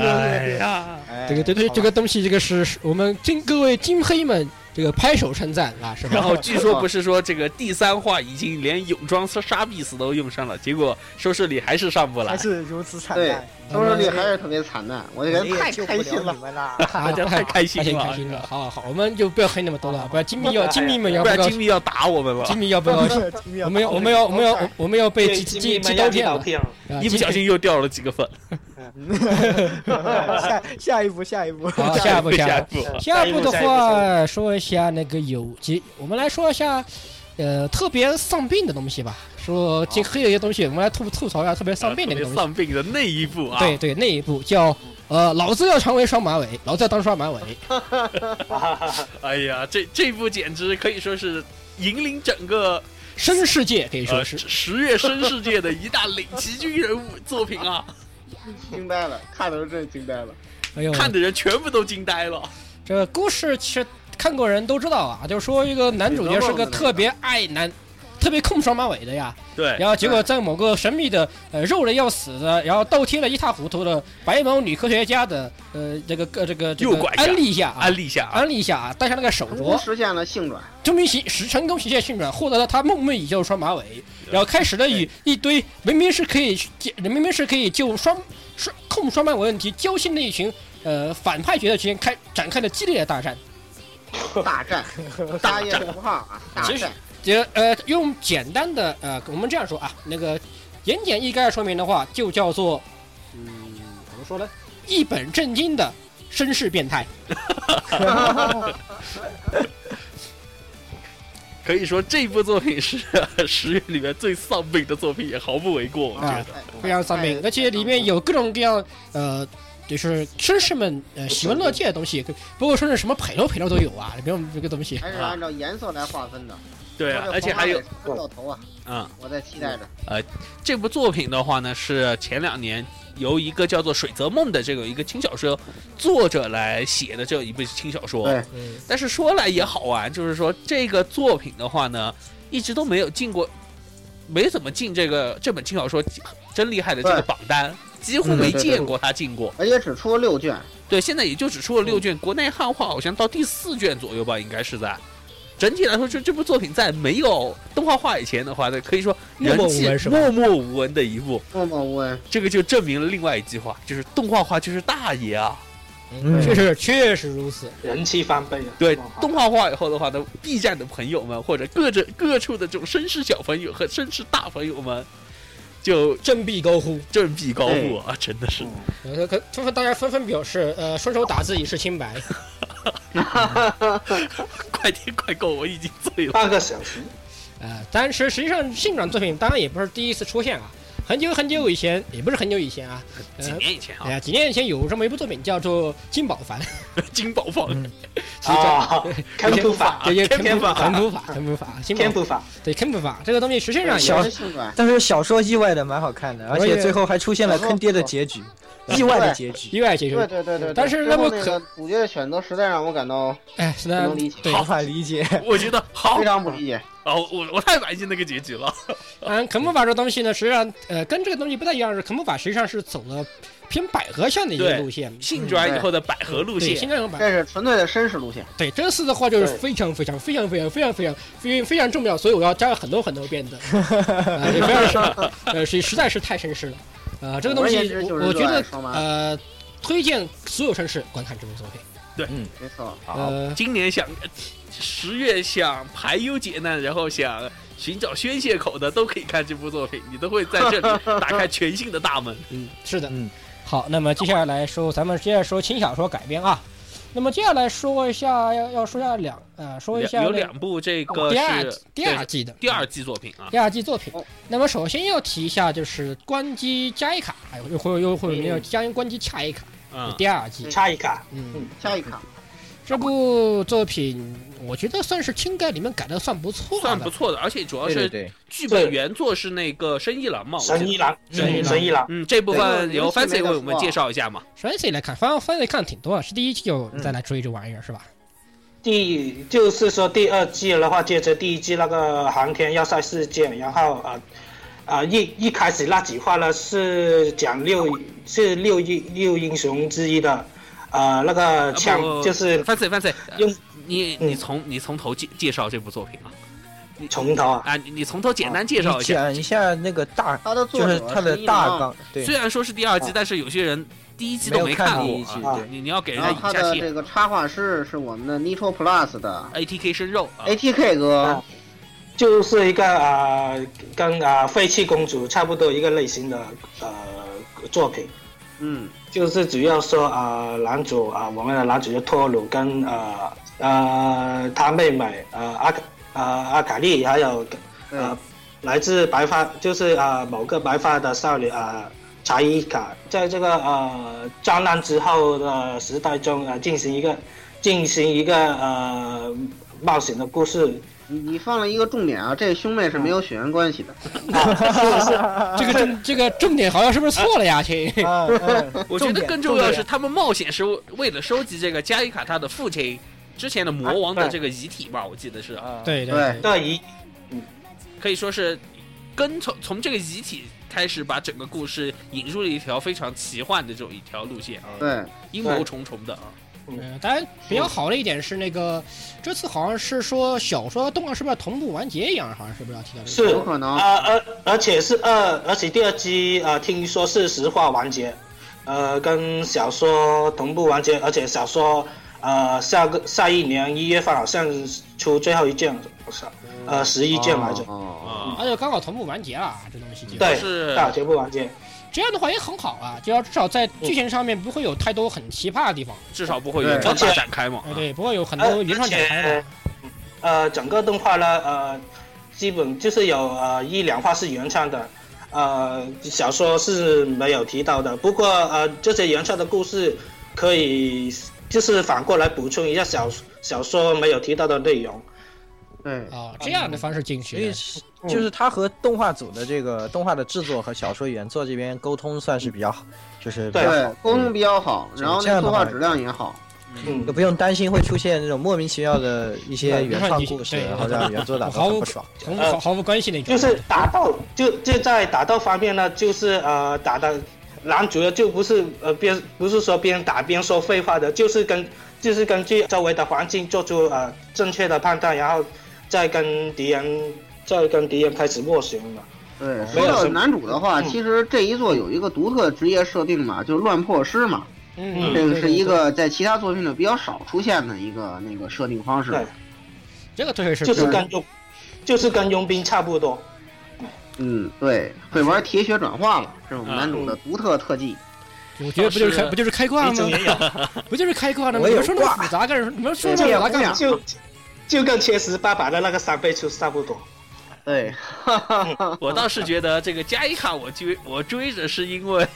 Speaker 1: 哎呀，
Speaker 3: 哎，
Speaker 2: 这个这个这个东西，这个是是我们金各位金黑们这个拍手称赞啊，是 吧？
Speaker 1: 然后据说不是说这个第三话已经连泳装杀杀必死都用上了，结果收视率还是上不来
Speaker 5: 还，是如此惨
Speaker 3: 对
Speaker 5: 淡，
Speaker 1: 嗯
Speaker 3: 收视率还是特别惨淡，我觉得
Speaker 5: 你也
Speaker 3: 太
Speaker 5: 救不
Speaker 3: 开心
Speaker 5: 了
Speaker 3: 了
Speaker 5: 你。们 啦。
Speaker 1: 大家太开心
Speaker 2: 太
Speaker 1: 了
Speaker 2: 开心了，好好好，我们就不要黑那么多了，不然金密要
Speaker 5: 哎呀
Speaker 2: 金密们要
Speaker 1: 不然
Speaker 2: 不高
Speaker 1: 金密要打我们了
Speaker 2: 金。密要不高兴，我们要我们要我们要我们要被寄
Speaker 4: 金
Speaker 2: 寄
Speaker 4: 金
Speaker 2: 寄
Speaker 4: 们
Speaker 2: 刀
Speaker 4: 要寄
Speaker 2: 片
Speaker 4: 刀
Speaker 2: 了，
Speaker 4: 片，
Speaker 2: 啊
Speaker 1: 一不小。心又掉了几个粉，
Speaker 5: 下下一步，下一步，
Speaker 2: 金 好，啊下一步，下
Speaker 1: 下
Speaker 2: 一
Speaker 1: 一
Speaker 2: 步。
Speaker 1: 步
Speaker 2: 下一步的话，说一下那个有机，我们来说一下，呃，特别丧病的东西吧。说这黑的一些东西，我们来吐吐槽一下特别丧病
Speaker 1: 啊
Speaker 2: 的
Speaker 1: 特
Speaker 2: 一
Speaker 1: 别
Speaker 2: 个东西。
Speaker 1: 丧病的那一步啊，
Speaker 2: 对对，那一部叫呃，老子要成为双马尾，老子要当双马尾。
Speaker 1: 哎呀，这这部简直可以说是引领整个
Speaker 2: 生世界可以说
Speaker 1: 呃
Speaker 2: 是，
Speaker 1: 十月生世界的一大领旗军人物作品 啊，
Speaker 3: 惊呆了，看的时候真惊呆了。
Speaker 2: 哎呦，
Speaker 1: 看的人全部都惊呆了。
Speaker 2: 这个故事其实看过人都知道啊，就是说一个男主角是个特别爱男，特别控双马尾的呀。
Speaker 1: 对，
Speaker 2: 然后结果在某个神秘的呃肉的要死的，然后倒贴了一塌糊涂的白毛女科学家的呃这个呃这个这
Speaker 1: 诱
Speaker 2: 个
Speaker 1: 拐下嗯
Speaker 2: 安利下啊
Speaker 1: 安利一下啊，
Speaker 2: 安利下啊，戴上那个手
Speaker 3: 成功
Speaker 2: 镯，
Speaker 3: 实现了性转，
Speaker 2: 终于实实成功实现性转，获得了他梦寐以求的双马尾，然后开始了与一堆明明是可以解明明是可以就双双控双马尾问题交心的一群呃反派角色之间开展开了激烈的大战。
Speaker 3: 大 战，大业不胖啊，大
Speaker 2: 其实
Speaker 3: 战。
Speaker 2: 也呃，用简单的呃，我们这样说啊，那个言简意赅的说明的话，就叫做，嗯，怎么说呢？一本正经的绅士变态。
Speaker 1: 可以说这部作品是 十月里面最丧病的作品，也毫不为过。我觉
Speaker 2: 啊
Speaker 1: 得，
Speaker 3: 哎
Speaker 2: 非常丧命，而且里面有各种各样呃，就是绅士们呃喜闻乐见的东西，包括说是什么配料配料都有啊，里面这个东西。
Speaker 3: 还是按照颜色来划分的。
Speaker 1: 对啊，而且还有
Speaker 3: 到头啊，
Speaker 1: 嗯，
Speaker 3: 我在期待着。
Speaker 1: 这部作品的话呢，是前两年由一个叫做水泽梦的这个一个轻小说作者来写的这一部轻小说。
Speaker 3: 对
Speaker 1: 但是说来也好玩，就是说这个作品的话呢，一直都没有进过，没怎么进这个这本轻小说真厉害的这个
Speaker 3: 对嗯
Speaker 1: 榜单，几乎没见过他进过。
Speaker 3: 而且只出了六卷，
Speaker 1: 对，现在也就只出了六卷，国内汉化好像到第四卷左右吧，应该是在。整体来说，就这部作品在没有动画化以前的话呢，可以说
Speaker 2: 默
Speaker 1: 人
Speaker 2: 默无
Speaker 1: 气
Speaker 2: 闻是吧
Speaker 1: 默默无闻的一部。
Speaker 3: 默默无闻。
Speaker 1: 这个就证明了另外一句话，就是动画化就是大爷啊。
Speaker 5: 嗯
Speaker 2: 确实，确实如此。
Speaker 4: 人气翻倍啊！
Speaker 1: 对
Speaker 4: 哇，
Speaker 1: 动画化以后的话呢，B 站的朋友们或者各这各处的这种绅士小朋友和绅士大朋友们，就
Speaker 2: 振臂高呼，
Speaker 1: 振臂高呼啊！真的是，
Speaker 2: 呃，可纷纷大家纷纷表示，呃，双手打字以示清白。
Speaker 1: 快点快够，我已经醉了。
Speaker 4: 半个小时，
Speaker 2: 呃，但是实际上性转作品当然也不是第一次出现啊，很久很久以前，也不是很久以前啊，呃
Speaker 1: 几年以前
Speaker 2: 哎
Speaker 1: 啊，
Speaker 2: 呀，几年以前有这么一部作品叫做《金宝幡》，
Speaker 1: 金宝坊
Speaker 2: 嗯所以叫
Speaker 4: 啊，看不法，
Speaker 2: 也也
Speaker 1: 天
Speaker 2: 天
Speaker 1: 天法
Speaker 2: 肯普法，
Speaker 3: 啊
Speaker 2: 肯普法，金
Speaker 4: 天
Speaker 2: 宝
Speaker 4: 不法，
Speaker 2: 对肯普法这个东西实际上也
Speaker 5: 小
Speaker 3: 的性啊转，
Speaker 5: 但是小说意外的蛮好看的，而且最后还出现了坑爹的结局，意外的结局，
Speaker 2: 意外结
Speaker 3: 对
Speaker 2: 局，
Speaker 3: 对对对对。
Speaker 2: 但是
Speaker 3: 最
Speaker 2: 那
Speaker 3: 后
Speaker 2: 么
Speaker 3: 那
Speaker 2: 可
Speaker 3: 个主角的选择实在让我感到
Speaker 2: 哎，是的
Speaker 3: 能理解，
Speaker 2: 对，
Speaker 5: 无法理解。
Speaker 1: 我觉得好
Speaker 3: 非常不理解。
Speaker 1: 哦，我我太满意那个结局了。
Speaker 2: 嗯，肯普法这东西呢，实际上呃跟这个东西不太一样，是肯普法实际上是走了偏百合向的一个
Speaker 1: 对
Speaker 2: 路线，
Speaker 1: 性转以后的百合路
Speaker 2: 对，
Speaker 1: 线
Speaker 2: 现，在有百合。
Speaker 3: 这是纯粹的绅士路线，
Speaker 2: 对，这次的话就是
Speaker 4: 对
Speaker 2: 非常非常非常非常非常非常非常非常重要，所以我要加很多很多 遍的，呃，也非常是，呃，是实在是太绅士了，呃，这个东
Speaker 3: 总而言
Speaker 2: 西
Speaker 3: 之就
Speaker 2: 我
Speaker 3: 是
Speaker 2: 我觉
Speaker 3: 热爱
Speaker 2: 得
Speaker 3: 说嘛
Speaker 2: 呃，推荐所有绅士观看这部作品，
Speaker 3: 没错。
Speaker 5: 好，
Speaker 2: 呃，
Speaker 1: 今年想十月想排忧解难，然后想寻找宣泄口的，都可以看这部作品，你都会在这里打开全新的大门。
Speaker 2: 嗯，是的，
Speaker 5: 嗯，
Speaker 2: 好，那么接下来说，咱们接着说轻小说改编啊，那么接下来说一下，要要说一下两呃，说一下
Speaker 1: 有有
Speaker 2: 那
Speaker 1: 两部这个
Speaker 2: 第二
Speaker 1: 是
Speaker 2: 第二季的嗯
Speaker 1: 第二季作品啊，
Speaker 2: 第二季作品
Speaker 3: 哦。
Speaker 2: 那么首先要提一下，就是关机加一卡，还有又或又或者没有加关机恰一卡，
Speaker 1: 嗯，
Speaker 2: 第二季，
Speaker 4: 差一卡，
Speaker 2: 嗯，
Speaker 3: 下一卡，
Speaker 2: 这部作品我觉得算是轻改里面改的算不错的，
Speaker 1: 算不错的，而且主要
Speaker 5: 对对
Speaker 1: 是
Speaker 5: 对，
Speaker 1: 剧本
Speaker 4: 对
Speaker 1: 原作是那个深一郎
Speaker 2: 哦
Speaker 1: 嘛，我
Speaker 4: 神
Speaker 1: 记
Speaker 4: 一
Speaker 1: 得
Speaker 4: 郎，
Speaker 2: 神一郎
Speaker 4: 神一郎，
Speaker 1: 嗯，这部分
Speaker 3: 对
Speaker 1: 由
Speaker 3: 游戏
Speaker 1: Fancy
Speaker 3: 没得
Speaker 1: 为我们
Speaker 3: 说啊
Speaker 1: 介绍一下嘛。
Speaker 2: Fancy 来看，翻翻来看挺多啊的，是第一季就
Speaker 5: 嗯
Speaker 2: 再来追这玩意儿是吧？
Speaker 4: 第就是说第二季的话，接着第一季那个航天要塞事件，然后啊啊、一一开始那几话呢是讲六是六英六英雄之一的，呃那
Speaker 2: 啊
Speaker 4: 个枪、
Speaker 1: 啊不
Speaker 4: 就是
Speaker 1: ，Fancy Fancy，
Speaker 4: 用
Speaker 1: 你
Speaker 4: 嗯
Speaker 1: 你从你从头介介绍这部作品啊
Speaker 4: 从头啊，
Speaker 1: 啊，你你从头简单介绍
Speaker 5: 你
Speaker 1: 一下。
Speaker 5: 讲一下那个大，
Speaker 3: 他的
Speaker 5: 就
Speaker 3: 作者
Speaker 5: 是它的
Speaker 3: 是一
Speaker 5: 大
Speaker 3: 郎，
Speaker 5: 纲，对
Speaker 1: 虽，然说是第二季
Speaker 4: 啊，
Speaker 1: 但是有些人第一季
Speaker 5: 没
Speaker 1: 都
Speaker 5: 有
Speaker 1: 没
Speaker 5: 看
Speaker 1: 过
Speaker 5: 第一季
Speaker 1: 啊
Speaker 5: 对
Speaker 1: 你你要给人
Speaker 3: 然
Speaker 1: 家
Speaker 3: 后
Speaker 1: 引
Speaker 3: 他
Speaker 1: 下
Speaker 3: 的
Speaker 1: 线
Speaker 3: 这。个插画师是我们的 Nitro Plus 的
Speaker 1: ATK 生肉啊，
Speaker 3: ATK 哥
Speaker 4: 啊，就是一个啊、呃跟啊、呃废弃公主差不多一个类型的呃作品。
Speaker 3: 嗯，
Speaker 4: 就是主要说啊、呃男主啊、我们的男主就托鲁跟呃呃他妹妹呃阿卡呃阿卡丽，还有
Speaker 2: 嗯
Speaker 3: 对
Speaker 4: 呃来自白发就是啊、呃某个白发的少女啊、呃查伊卡，在这个呃战乱之后的时代中啊、呃进行一个进行一个呃冒险的故事，
Speaker 3: 你你放了一个重点啊，这兄妹是没有血缘关系的。
Speaker 4: 啊
Speaker 2: 这个重这个重点好像是不是错了呀， 亲？
Speaker 5: 啊， 嗯
Speaker 1: 我觉
Speaker 5: 重
Speaker 1: 得
Speaker 5: 点
Speaker 1: 更重要的
Speaker 5: 重
Speaker 1: 是，
Speaker 5: 点
Speaker 1: 他们冒险是为了收集这个加伊卡他的父亲之前的魔王的
Speaker 4: 啊对
Speaker 1: 这个遗体吧，我记得是，
Speaker 5: 啊，
Speaker 2: 对
Speaker 3: 对
Speaker 4: 这一
Speaker 1: 可以说是跟从从这个遗体开始，把整个故事引入了一条非常奇幻的这种一条路线啊，
Speaker 3: 对，
Speaker 1: 阴谋重重的啊，
Speaker 2: 嗯，当然比较好的一点是那个，这次好像是说小说和动画是不是要同步完结一样？好像是不是要提到这个？
Speaker 4: 是
Speaker 3: 有可能
Speaker 4: 呃，而而且是二，而且第二季呃，听说是实话完结，呃，跟小说同步完结，而且小说呃下个下一年一月份好像出最后一卷，呃十一卷来着，
Speaker 1: 啊
Speaker 3: 哦，
Speaker 2: 而，且刚好同步完结了，啊这东西就
Speaker 3: 哎
Speaker 4: 对
Speaker 1: 是
Speaker 4: 大全部完结，
Speaker 2: 这样的话也很好啊，就要至少在剧情上面不会有太多很奇葩的地方，
Speaker 1: 至少不会原创
Speaker 4: 对
Speaker 1: 大展开嘛
Speaker 4: 啊
Speaker 1: 啊
Speaker 2: 哎，，对，不会有很多原创展开嘛。
Speaker 4: 呃，整个动画呢，呃，基本就是有呃一两话是原创的，呃，小说是没有提到的。不过呃，这些原创的故事可以就是反过来补充一下小小说没有提到的内容。
Speaker 3: 对，
Speaker 2: 啊，这样的方式进
Speaker 5: 所以
Speaker 2: 去，
Speaker 5: 是就是他和动画组的这个动画的制作和小说原作这边沟通算是比较好，就是比较
Speaker 3: 对
Speaker 5: 好，
Speaker 3: 沟通比较好，然后
Speaker 5: 这
Speaker 3: 那
Speaker 5: 样的
Speaker 3: 作画
Speaker 5: 话
Speaker 3: 质量也好。
Speaker 4: 嗯
Speaker 5: 就，不用担心会出现那种莫名其妙的一些原创故事，
Speaker 2: 对
Speaker 5: 然后让原作党
Speaker 2: 毫
Speaker 5: 很
Speaker 2: 无
Speaker 5: 不爽。
Speaker 2: 同毫毫无关系那种。
Speaker 4: 呃就是打斗，就就在打斗方面呢，就是呃打的男主就不是呃边不是说边打边说废话的，就是跟就是根据周围的环境做出呃正确的判断，然后再跟敌人再跟敌人开始斡旋嘛。
Speaker 3: 对，
Speaker 4: 没
Speaker 3: 说
Speaker 4: 有
Speaker 3: 到
Speaker 4: 什么
Speaker 3: 男主的话，
Speaker 4: 嗯
Speaker 3: 其实这一作有一个独特职业设定嘛，就是乱破师嘛，
Speaker 2: 嗯，
Speaker 3: 这个
Speaker 2: 对
Speaker 3: 是一，个在其他作品里比较少出现的一个那个设定方式。
Speaker 4: 对，
Speaker 2: 对对这个确实
Speaker 4: 就是
Speaker 2: 比较
Speaker 4: 跟佣就是跟佣兵差不多。
Speaker 3: 嗯，对，会玩铁血转化了，这是我们男主
Speaker 4: 嗯
Speaker 3: 的独特特技。
Speaker 2: 我觉得不就是开
Speaker 1: 是
Speaker 2: 不就是开挂
Speaker 4: 一种
Speaker 2: 吗？
Speaker 4: 也有，
Speaker 2: 不就是开挂的吗？
Speaker 5: 我
Speaker 2: 你
Speaker 5: 有
Speaker 2: 们说那么
Speaker 5: 挂
Speaker 2: 复杂干什么？你们说那
Speaker 3: 这
Speaker 2: 么
Speaker 3: 也
Speaker 2: 复杂干
Speaker 3: 不
Speaker 2: 嘛
Speaker 3: 讲？
Speaker 4: 就就跟切十八把的那个三倍出差不多。
Speaker 3: 对，
Speaker 1: 我倒是觉得这个加一卡我追我追着是因为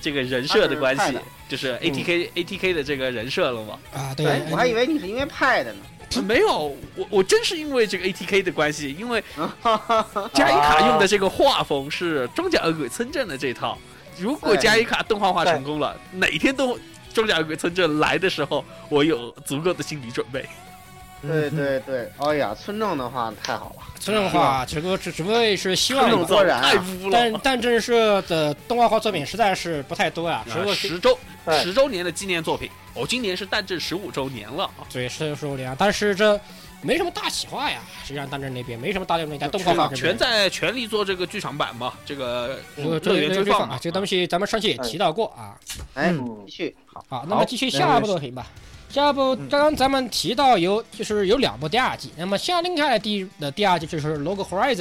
Speaker 1: 这个人设的关
Speaker 3: 他是嗯
Speaker 1: 系
Speaker 3: 派的，
Speaker 1: 就是 ATK、ATK 的这个人设了嘛。
Speaker 2: 啊，对
Speaker 3: 哎，，我还以
Speaker 2: 为
Speaker 3: 为你是因为派的呢。
Speaker 1: 没有，我我真是因为这个 ATK 的关系，因为
Speaker 3: 啊
Speaker 1: 加一卡用的这个画风是装甲恶鬼村镇的这套。如果
Speaker 3: 对
Speaker 1: 加一卡动画化成功了，哪天动装甲恶鬼村镇来的时候，我有足够的心理准 备。
Speaker 3: 对对对，哎呀，村正的话太好了，
Speaker 2: 这种话只不过只只不过是希
Speaker 3: 村
Speaker 2: 望
Speaker 3: 正
Speaker 2: 吧。
Speaker 3: 果然
Speaker 1: 太
Speaker 3: 啊，
Speaker 1: 污了
Speaker 2: 但！但正社的动画化作品实在是不太多呀，只不
Speaker 1: 啊
Speaker 2: 过
Speaker 1: 十周
Speaker 4: 对
Speaker 1: 十周年的纪念作品，哦，今年是诞辰十五周年了啊！
Speaker 2: 对，是十五年，但是这没什么大企划呀。实际上，当政那边没什么大量那家动画化这边
Speaker 1: 全在全力做这个剧场版嘛，这个
Speaker 2: 这个
Speaker 1: 乐园追放
Speaker 2: 放
Speaker 1: 嘛
Speaker 2: 啊，这个东西咱们上期也提到过啊。
Speaker 3: 哎，
Speaker 4: 嗯
Speaker 3: 继续，
Speaker 2: 好，那么继续下一部作品吧。下一部刚刚咱们提到有就是有两部第二季，那么下另看的第的第二季就是《Log Horizon》，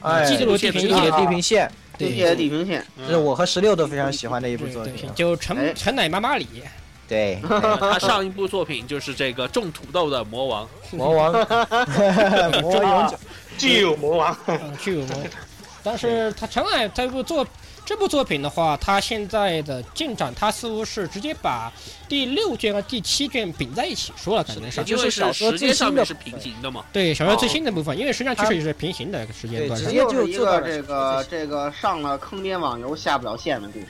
Speaker 5: 哎，
Speaker 2: 记
Speaker 5: 记
Speaker 2: 住了地平
Speaker 5: 忆的
Speaker 1: 啊
Speaker 5: 地平线，
Speaker 3: 谢
Speaker 2: 对
Speaker 3: 谢地平线，
Speaker 5: 这是我和十六都非常喜欢的一部作品啊
Speaker 2: 对，。就陈
Speaker 3: 哎
Speaker 2: 陈奶妈妈里，
Speaker 5: 对，
Speaker 1: 嗯 他上一部作品就是这个种土豆的魔王，
Speaker 5: 魔 王，魔王永久，
Speaker 4: 具有魔王，
Speaker 2: 嗯，去 我们。但是他陈海这部作这部作品的话，他现在的进展，他似乎是直接把第六卷和第七卷并在一起说了，感觉上。
Speaker 1: 因为是哦时间上面是平行的嘛。
Speaker 2: 对小说最新的部分，因为实际上确实也是平行的时间段上
Speaker 5: 对直。接就
Speaker 3: 又是一
Speaker 5: 做到
Speaker 3: 个
Speaker 5: 了
Speaker 3: 这个这个上了坑爹网游下不了线的故事。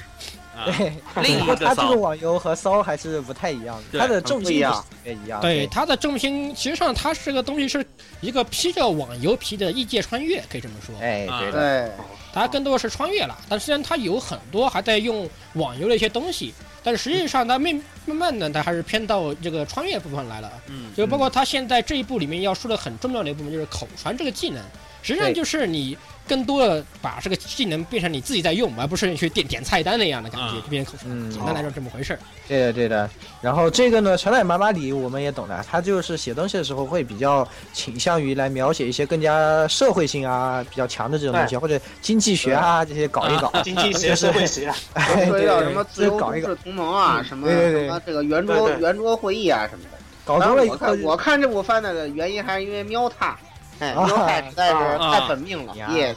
Speaker 1: 啊，
Speaker 5: 对，
Speaker 1: 另一个
Speaker 5: 他这
Speaker 1: 骚
Speaker 5: 个，网游和骚还是不太一样的，
Speaker 1: 对
Speaker 5: 他的重
Speaker 3: 不一
Speaker 5: 心
Speaker 3: 样
Speaker 5: 也一样。
Speaker 2: 对，它的重心，实际上它是个东西，是一个披着网游皮的异界穿越，可以这么说。
Speaker 5: 哎，对的，
Speaker 3: 对，
Speaker 2: 它更多的是穿越了，但虽然它有很多还在用网游的一些东西，但实际上它慢慢慢的，它还是偏到这个穿越部分来了。
Speaker 1: 嗯，
Speaker 2: 就包括他现在这一步里面要说的很重要的一部分，就是口传这个技能，实际上就是你更多的把这个技能变成你自己在用，而不是你去点点菜单那样的感觉，
Speaker 1: 嗯
Speaker 2: 就变成口传。
Speaker 5: 嗯，
Speaker 2: 简单来说这么回事儿，
Speaker 5: 对的，对的。然后这个呢，传染妈妈里我们也懂的，他就是写东西的时候会比较倾向于来描写一些更加社会性啊比较强的这种东西，或者经济学啊这些搞一搞。
Speaker 4: 经济学社会 学啊，
Speaker 5: 哎
Speaker 3: 说
Speaker 5: 对
Speaker 3: 到什么自
Speaker 5: 这
Speaker 3: 由
Speaker 5: 搞
Speaker 3: 都
Speaker 5: 一搞嗯
Speaker 3: 市，同盟啊，什么
Speaker 5: 对对
Speaker 3: 什
Speaker 5: 对
Speaker 3: 么这个圆桌
Speaker 4: 对对
Speaker 3: 圆桌会议啊什么的。
Speaker 5: 搞
Speaker 3: 当
Speaker 5: 多了
Speaker 3: 然我看
Speaker 5: 以后就
Speaker 3: 我看这部番的原因还是因为喵太，哎，
Speaker 5: 啊
Speaker 3: 喵太实在是
Speaker 1: 啊
Speaker 3: 太本命了
Speaker 5: 呀
Speaker 3: ，yes。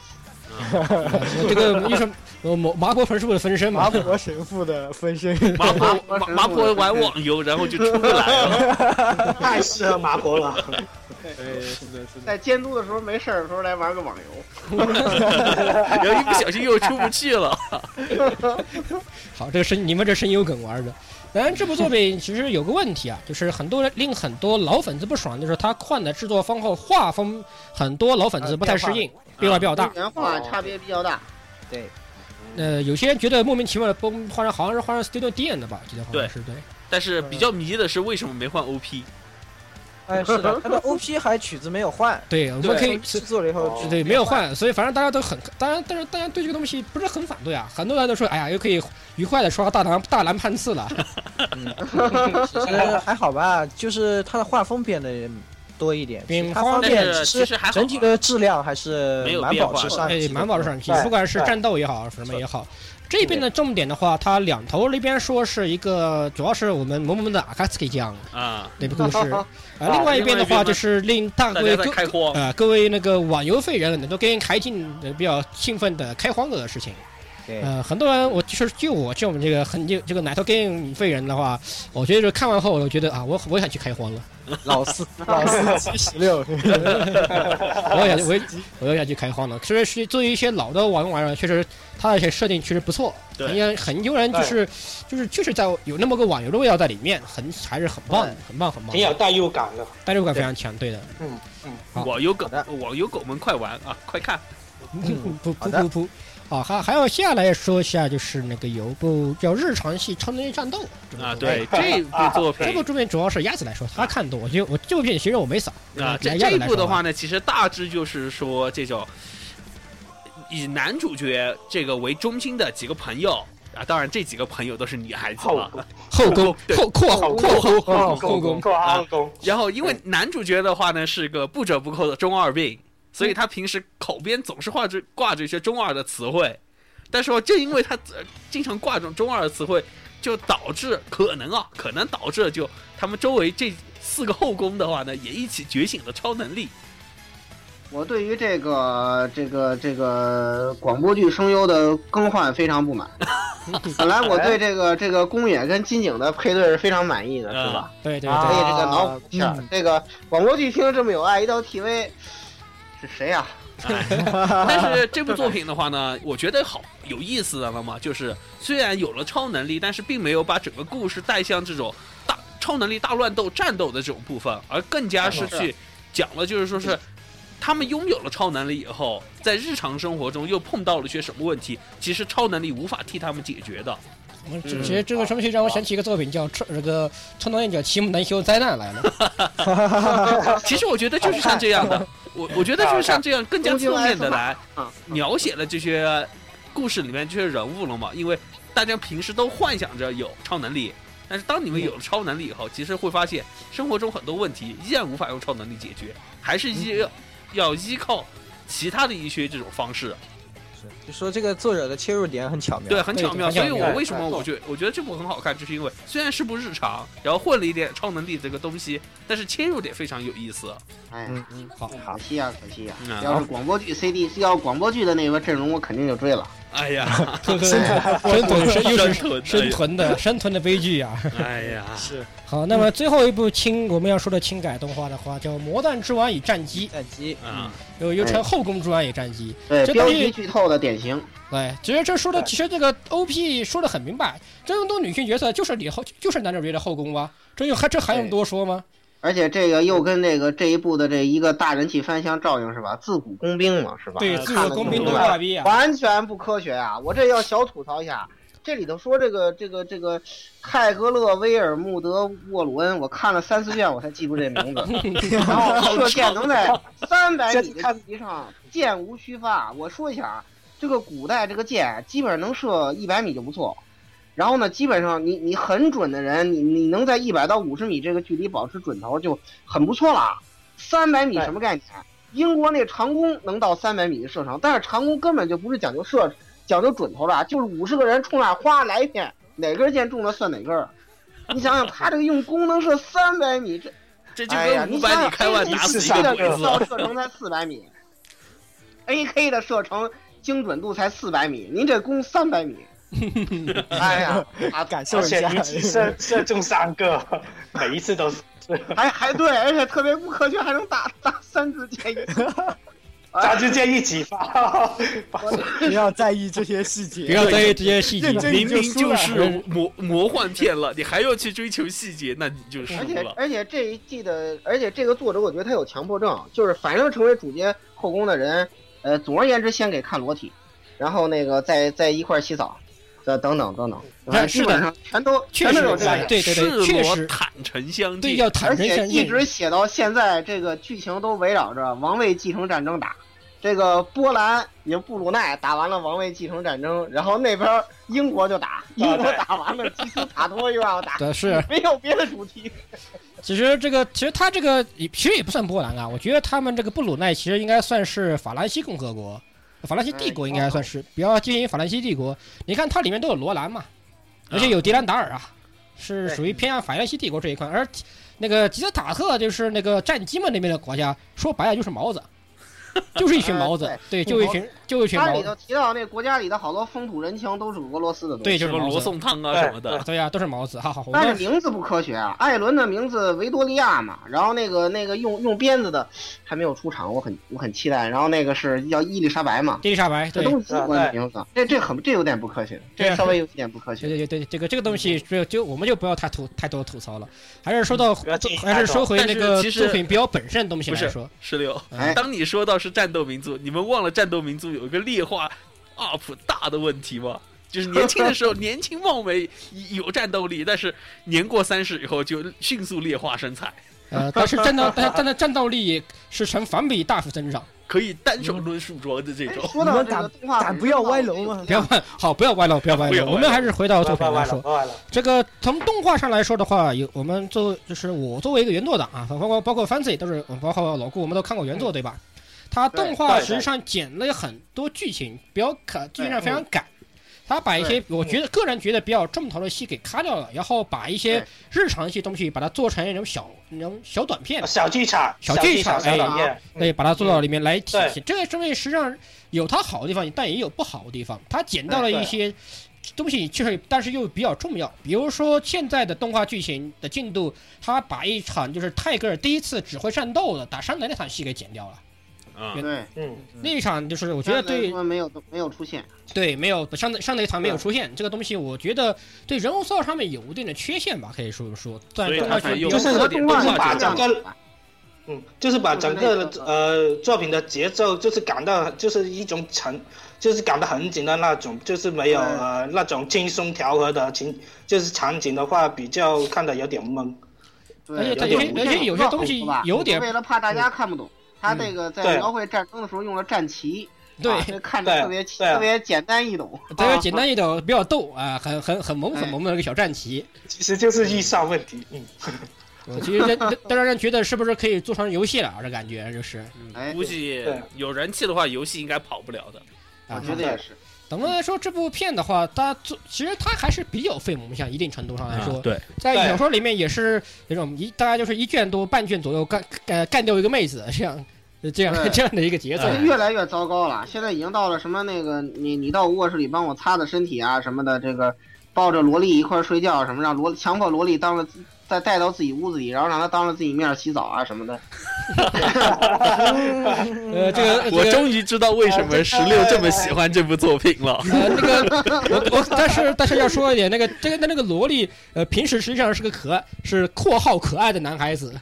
Speaker 2: 这个又是呃麻麻婆神父的分身嘛
Speaker 5: 麻，婆神父的分身。
Speaker 1: 麻婆麻麻婆玩网游，然后就出不来了。
Speaker 4: 太适合麻婆了。
Speaker 5: 对，是的，是的。
Speaker 3: 在监督的时候没事儿的时候来玩个网游，
Speaker 1: 然后一不小心又出不去了。
Speaker 2: 好，这个声你们这声优梗玩的。当然，这部作品其实有个问题啊，就是很多人令很多老粉丝不爽，就是他换了制作方后画风，很多老粉丝不太适应，呃变化比较啊大。
Speaker 3: 原画差别比较大。
Speaker 5: 对，
Speaker 2: 呃，有些人觉得莫名其妙的崩，换成好像是换成 Studio D N 的吧，记得好像是对。
Speaker 1: 但是比较迷的是为什么没换 OP？
Speaker 5: 哎，是的，他的 OP 还曲子没有换，
Speaker 2: 对，我们可以
Speaker 5: 制作了以后
Speaker 2: 对没有换，所以反正大家都很，当然，但是大家对这个东西不是很反对啊。很多人都说，哎呀，又可以愉快的刷大蓝大蓝判次了。
Speaker 1: 嗯
Speaker 5: 其实呃还好吧，就是它的画风变得多一点，
Speaker 2: 变
Speaker 5: 其他方面
Speaker 1: 但是
Speaker 5: 其
Speaker 1: 其实还好
Speaker 5: 整体的质量还是
Speaker 1: 没有
Speaker 5: 蛮
Speaker 1: 变
Speaker 5: 保
Speaker 1: 化
Speaker 5: 持上
Speaker 2: 哎
Speaker 5: 去，的，
Speaker 2: 蛮保持上去，
Speaker 5: 对
Speaker 2: 不管是
Speaker 5: 对
Speaker 2: 战斗也好，什么也好。这边的重点的话，它两头那边说是一个，主要是我们萌萌的阿卡斯基酱
Speaker 1: 啊，
Speaker 2: 那部故 事，啊，另外
Speaker 1: 另外
Speaker 2: 一边的
Speaker 1: 一边呢
Speaker 2: 话就是令大
Speaker 1: 大
Speaker 2: 卫
Speaker 1: 家在
Speaker 2: 各
Speaker 1: 开荒。
Speaker 2: 呃各位那个网游废人能够跟开进呃比较兴奋的开荒的事情。
Speaker 5: 对，
Speaker 2: 呃，很多人，我就是就我这种这个很就这个奶头 game 废人的话，我觉得就看完后，我觉得啊，我我想去开荒了，
Speaker 5: 老四老四七十六，
Speaker 2: 我也想我也我也想去开荒了。其实是对于一些老的网游玩意儿，确实它的一些设定确实不错，
Speaker 1: 对
Speaker 2: 很让很多人就是就是确实在有那么个网游的味道在里面，很还是很棒的，很棒很棒
Speaker 4: 挺，有代入感的。
Speaker 2: 代入感非常强，对的，好
Speaker 1: 网游狗
Speaker 5: 好，的
Speaker 1: 网游狗们快玩啊，快看！
Speaker 5: 嗯
Speaker 2: 噗
Speaker 5: 好
Speaker 2: 噗
Speaker 5: 的
Speaker 2: 噗噗。好，啊还还要下来说一下，就是那个有部叫《日常系超能力战斗》这
Speaker 1: 啊，
Speaker 2: 个作品
Speaker 1: 对这部作
Speaker 2: 这部
Speaker 1: 品
Speaker 2: 作品主要是鸭子来说，他看多，我就我这部片其实我没扫
Speaker 1: 啊，这
Speaker 2: 来鸭
Speaker 1: 这
Speaker 2: 子
Speaker 1: 一
Speaker 2: 来
Speaker 1: 部
Speaker 2: 说
Speaker 1: 的
Speaker 2: 吧
Speaker 1: 话呢，其实大致就是说这种以男主角这个为中心的几个朋友啊，当然这几个朋友都是女孩子
Speaker 4: 后
Speaker 1: 了。
Speaker 2: 后宫
Speaker 1: 对
Speaker 2: 后括号括号后哦后宫啊
Speaker 4: 宫，括号宫，
Speaker 1: 然后因为男主角的话呢是个不折不扣的中二病，所以他平时口边总是挂着挂着一些中二的词汇，但是哦正因为他、呃经常挂这种中二的词汇，就导致可能啊，可能导致就他们周围这四个后宫的话呢，也一起觉醒了超能力。
Speaker 3: 我对于这个这个这个广播剧声优的更换非常不 满。本来我对这个这个宫野跟金井的配对是非常满意的，是吧？
Speaker 2: 对啊对
Speaker 3: 所以
Speaker 2: 对，
Speaker 3: 这个脑补一下
Speaker 2: 嗯，
Speaker 3: 这个广播剧听着这么有爱，一到 TV 是谁呀？
Speaker 1: 但是这部作品的话呢，我觉得好有意思的了嘛，就是虽然有了超能力，但是并没有把整个故事带向这种大超能力大乱斗战斗的这种部分，而更加是去讲了，就是说是他们拥有了超能力以后，在日常生活中又碰到了些什么问题，其实超能力无法替他们解决的。
Speaker 2: 我们其实这个东西让我想起一个作品叫《超这个超能力者齐姆南修灾难》来 了。
Speaker 1: 其实我觉得就是像这样的，我我觉得就是像这样更加侧面的来
Speaker 3: 嗯
Speaker 1: 描写了这些故事里面这些人物了嘛，因为大家平时都幻想着有超能力，但是当你们有了超能力以后，其实会发现生活中很多问题依然无法用超能力解决，还是依要依靠其他的一些这种方式，
Speaker 5: 是 就说这个作者的切入点很巧妙。
Speaker 1: 对，很嗯巧妙。所以我为什么
Speaker 5: 对
Speaker 1: 我觉得我觉得这部很好看，就是因为虽然是部日常，然后混了一点超能力这个东西，但是切入点非常有意思。
Speaker 3: 哎，
Speaker 5: 嗯嗯，好好
Speaker 3: 可，惜呀，可惜呀！
Speaker 1: 嗯
Speaker 3: 要是广播剧 CD，要是广播剧的那个阵容，我肯定就追了。
Speaker 1: 哎呀，
Speaker 2: 呵呵，生吞生又是
Speaker 1: 吞
Speaker 2: 生吞的生吞的悲剧呀、
Speaker 1: 哎呀，
Speaker 2: 好，那么最后一部轻我们要说的轻改动画的话，叫《魔弹之王与战机
Speaker 5: 战机，
Speaker 1: 啊，
Speaker 2: 又又称《后宫之王与战机
Speaker 3: 哎对，
Speaker 2: 这
Speaker 3: 标
Speaker 2: 东西
Speaker 3: 题剧透的典型。》。
Speaker 2: 对，其实这说的，其实这个 O P 说的很明白，这么多女性角色就是你后就是男主角的后宫啊，这有还这还用多说吗？
Speaker 3: 而且这个又跟这个这一部的这一个大人气翻箱照应是吧？自古工兵嘛是吧？
Speaker 4: 啊
Speaker 2: 对，自我工兵多
Speaker 3: 多
Speaker 2: 大逼啊！
Speaker 3: 完全不科学啊！我这要小吐槽一下，这里头说这个这个这个泰格勒威尔穆德沃鲁恩，我看了三四遍我才记住这名字，然后射箭能在 三百米的距离上箭无虚发。我说一下啊，这个古代这个箭啊基本上能射一百米就不错。然后呢，基本上你你很准的人，你你能在一百到五十米这个距离保持准头就很不错了。三百米什么概念？英国那长弓能到三百米的射程，但是长弓根本就不是讲究射，讲究准头的啊，就是五十个人冲那儿哗来一片，哪根箭中了算哪根儿。你想想，他这个用弓能射三百米，这
Speaker 1: 这就
Speaker 3: 哎呀，
Speaker 1: 跟
Speaker 3: 你
Speaker 1: 五
Speaker 3: 想
Speaker 1: 百
Speaker 3: 想
Speaker 1: 米开外打死一
Speaker 3: AK
Speaker 1: 个
Speaker 3: 的
Speaker 1: 鬼
Speaker 3: 制造
Speaker 1: 子，
Speaker 3: 射程才四百米，AK 的射程精准度才四百米，您这弓三 百米，哎呀，啊，
Speaker 5: 感受
Speaker 4: 而
Speaker 5: 一
Speaker 4: 且
Speaker 5: 下
Speaker 4: 一。次射射中三个， 每一次都是
Speaker 3: 还还对，而且特别不科学，还能打打三支箭。
Speaker 4: 他就建议起 发，
Speaker 5: 不要在意这些细节，
Speaker 2: 不要在意这些细节，
Speaker 5: 认真
Speaker 1: 明明
Speaker 5: 输
Speaker 1: 就
Speaker 5: 了
Speaker 1: 是魔魔幻片了，你还要去追求细节，那你就输
Speaker 3: 而且
Speaker 1: 了。
Speaker 3: 而且这一季的，而且这个作者我觉得他有强迫症，就是反正成为主角后宫的人，呃，总而言之先给看裸体，然后那个再再一块儿洗澡，呃，等等等等，反正
Speaker 2: 是的
Speaker 3: 基本上全都
Speaker 2: 确
Speaker 3: 全都
Speaker 2: 实
Speaker 3: 有这
Speaker 2: 对
Speaker 3: 个，
Speaker 2: 对对，
Speaker 1: 赤
Speaker 2: 确
Speaker 1: 裸
Speaker 2: 实
Speaker 1: 坦诚相
Speaker 2: 对
Speaker 1: 见，
Speaker 2: 要坦
Speaker 3: 而
Speaker 2: 诚
Speaker 3: 且
Speaker 2: 相
Speaker 3: 一
Speaker 2: 见。
Speaker 3: 直写到现在，这个剧情都围绕着王位继承战争打。这个波兰也布鲁奈打完了王位继承战争，然后那边英国就打，英国 打完了基斯塔托又要打，
Speaker 2: 对，是，
Speaker 3: 没有别的主题。
Speaker 2: 其实这个，其实他这个也其实也不算波兰啊，我觉得他们这个布鲁奈其实应该算是法兰西共和国，法兰西帝国应该算是比较接近于法兰西帝国。你看它里面都有罗兰嘛，而且有迪兰达尔啊，是属于偏向法兰西帝国这一块。而那个吉斯塔特就是那个战机们那边的国家，说白了就是毛子，就是一群毛子，对，就一群就一群
Speaker 3: 它
Speaker 2: 毛
Speaker 3: 里
Speaker 2: 子，
Speaker 3: 头提到那国家里的好多风土人情都是俄罗斯的东西，
Speaker 2: 对，就
Speaker 1: 什
Speaker 2: 是
Speaker 1: 么
Speaker 2: 毛
Speaker 1: 罗
Speaker 2: 子。
Speaker 1: 宋汤
Speaker 3: 哎
Speaker 1: 啊什么的，
Speaker 2: 对呀、都是毛子，好好，我
Speaker 3: 但
Speaker 2: 们
Speaker 3: 是名字不科学啊。艾伦的名字维多利亚嘛，然后那个那个用用鞭子的还没有出场，我很我很期待。然后那个是叫伊丽莎白嘛，
Speaker 2: 伊丽莎白，
Speaker 3: 这
Speaker 2: 对，
Speaker 3: 都是英国的名字，这这很这有点不科学，
Speaker 2: 对啊
Speaker 3: 这稍微有点不科
Speaker 2: 对
Speaker 3: 学。
Speaker 2: 对对对，这个这个东西就就我们就不要太吐太多吐槽了，还是说到
Speaker 4: 不要介意
Speaker 2: 还是说回那
Speaker 1: 但
Speaker 2: 个
Speaker 1: 是其实
Speaker 2: 作品标本身的东西来说，
Speaker 1: 石榴
Speaker 3: 哎。
Speaker 1: 当你说到是战斗民族，你们忘了战斗民族有一个劣化 UP 大的问题吗？就是年轻的 时候年轻貌美有战斗力，但是年过三十以后就迅速劣化身材，
Speaker 2: 呃，但是战斗但但是战斗力是成反比大幅增长，
Speaker 1: 可以单手抡树桩的这
Speaker 3: 哎
Speaker 1: 种。
Speaker 3: 说到这
Speaker 5: 你
Speaker 3: 个
Speaker 5: 们
Speaker 3: 动画本身，
Speaker 5: 敢不要歪楼吗
Speaker 2: 不要歪，好不要歪了，不要歪
Speaker 1: 不要
Speaker 2: 了，
Speaker 1: 歪了
Speaker 2: 我们还是回到作品
Speaker 4: 歪
Speaker 2: 来
Speaker 4: 歪了
Speaker 2: 说，
Speaker 4: 歪了，
Speaker 2: 这个从动画上来说的话，有我们作为就是我作为一个原作党啊，包括包括 Fancy 都是包括老顾，我们都看过原作对吧？它动画
Speaker 4: 嗯对对
Speaker 2: 呃实际上剪了很多剧情，比较可剧情上非常赶，他把一些我觉得个人觉得比较重头的戏给咔掉了，然后把一些
Speaker 3: 对
Speaker 2: 日常一些东西把它做成那种小那种小短片，
Speaker 4: 小剧场，
Speaker 2: 哎小剧
Speaker 4: 剧
Speaker 2: 场
Speaker 4: 小短
Speaker 3: 哎
Speaker 4: 片，
Speaker 1: 嗯
Speaker 2: 对，把它做到里面来体
Speaker 4: 对
Speaker 2: 现。这个东西实际上有它好的地方，但也有不好的地方。它捡
Speaker 1: 嗯
Speaker 2: 到了一些东西，就是但是又比较重要。比如说现在的动画剧情的进度，它把一场就是泰戈尔第一次指挥战斗的打山贼那场戏给剪掉了。
Speaker 1: 啊
Speaker 2: 对
Speaker 3: 对，
Speaker 4: 嗯，
Speaker 2: 那一场就是我觉得对
Speaker 3: 他们没有没有出现，
Speaker 2: 对没有上那上那一场没有出现这个东西，我觉得对人物塑造上面有一定的缺陷吧，可以说说。但
Speaker 1: 所以
Speaker 2: 动
Speaker 1: 它
Speaker 2: 画
Speaker 1: 才
Speaker 2: 剧
Speaker 1: 用
Speaker 2: 比较
Speaker 1: 特点动
Speaker 3: 动
Speaker 1: 画
Speaker 3: 画
Speaker 1: 节
Speaker 4: 就
Speaker 1: 奏
Speaker 4: 这。样嗯，就是把整个
Speaker 3: 就是
Speaker 4: 的
Speaker 3: 那个
Speaker 4: 呃作品的节奏，就是赶到就是一种沉，就是赶得很紧的那种，就是没有
Speaker 3: 对
Speaker 4: 呃那种轻松调和的情，就是场景的话，比较看得有点懵。
Speaker 3: 对
Speaker 2: 而且
Speaker 4: 它
Speaker 2: 它
Speaker 4: 有
Speaker 2: 有
Speaker 4: 点
Speaker 2: 些而且有些东西有点嗯
Speaker 3: 为了怕大家看不懂，他这个在
Speaker 4: 对
Speaker 3: 描绘战争的时候用了战旗，
Speaker 2: 对
Speaker 3: 啊，这看着特别
Speaker 4: 对
Speaker 3: 特别简单易懂，啊
Speaker 2: 这个简单一点，比较逗啊，很很很萌
Speaker 1: 哎
Speaker 2: 很萌的一个小战旗。
Speaker 4: 其实就是预算问题。嗯，
Speaker 2: 我呃其实这这这让人觉得是不是可以做成游戏了啊？这感觉就是，嗯，
Speaker 3: 哎，
Speaker 1: 估计有人气的话，游戏应该跑不了的。
Speaker 3: 我
Speaker 2: 啊
Speaker 3: 觉得也是，
Speaker 2: 总的来说，这部片的话，它做其实它还是比较费萌像，一定程度上来说，
Speaker 1: 啊对，
Speaker 2: 在
Speaker 4: 对
Speaker 2: 小说里面也是那种一大概就是一卷多半卷左右干干干掉一个妹子这样这样
Speaker 3: 对
Speaker 2: 这样的一个节奏
Speaker 1: 哎
Speaker 3: 这。越来越糟糕了，现在已经到了什么那个你你到卧室里帮我擦擦身体啊什么的，这个抱着萝莉一块儿睡觉什么，让萝强迫萝莉当着自再带到自己屋子里，然后让她当着自己面洗澡啊什么的，
Speaker 2: 呃，这个
Speaker 1: 嗯我
Speaker 2: 这个
Speaker 1: 终于知道为什么十六这么喜欢这部作品了。
Speaker 2: 呃，那个我我，但是但是要说一点，那个这个那那个萝莉，呃，平时实际上是个可爱，是括号可爱的男孩子，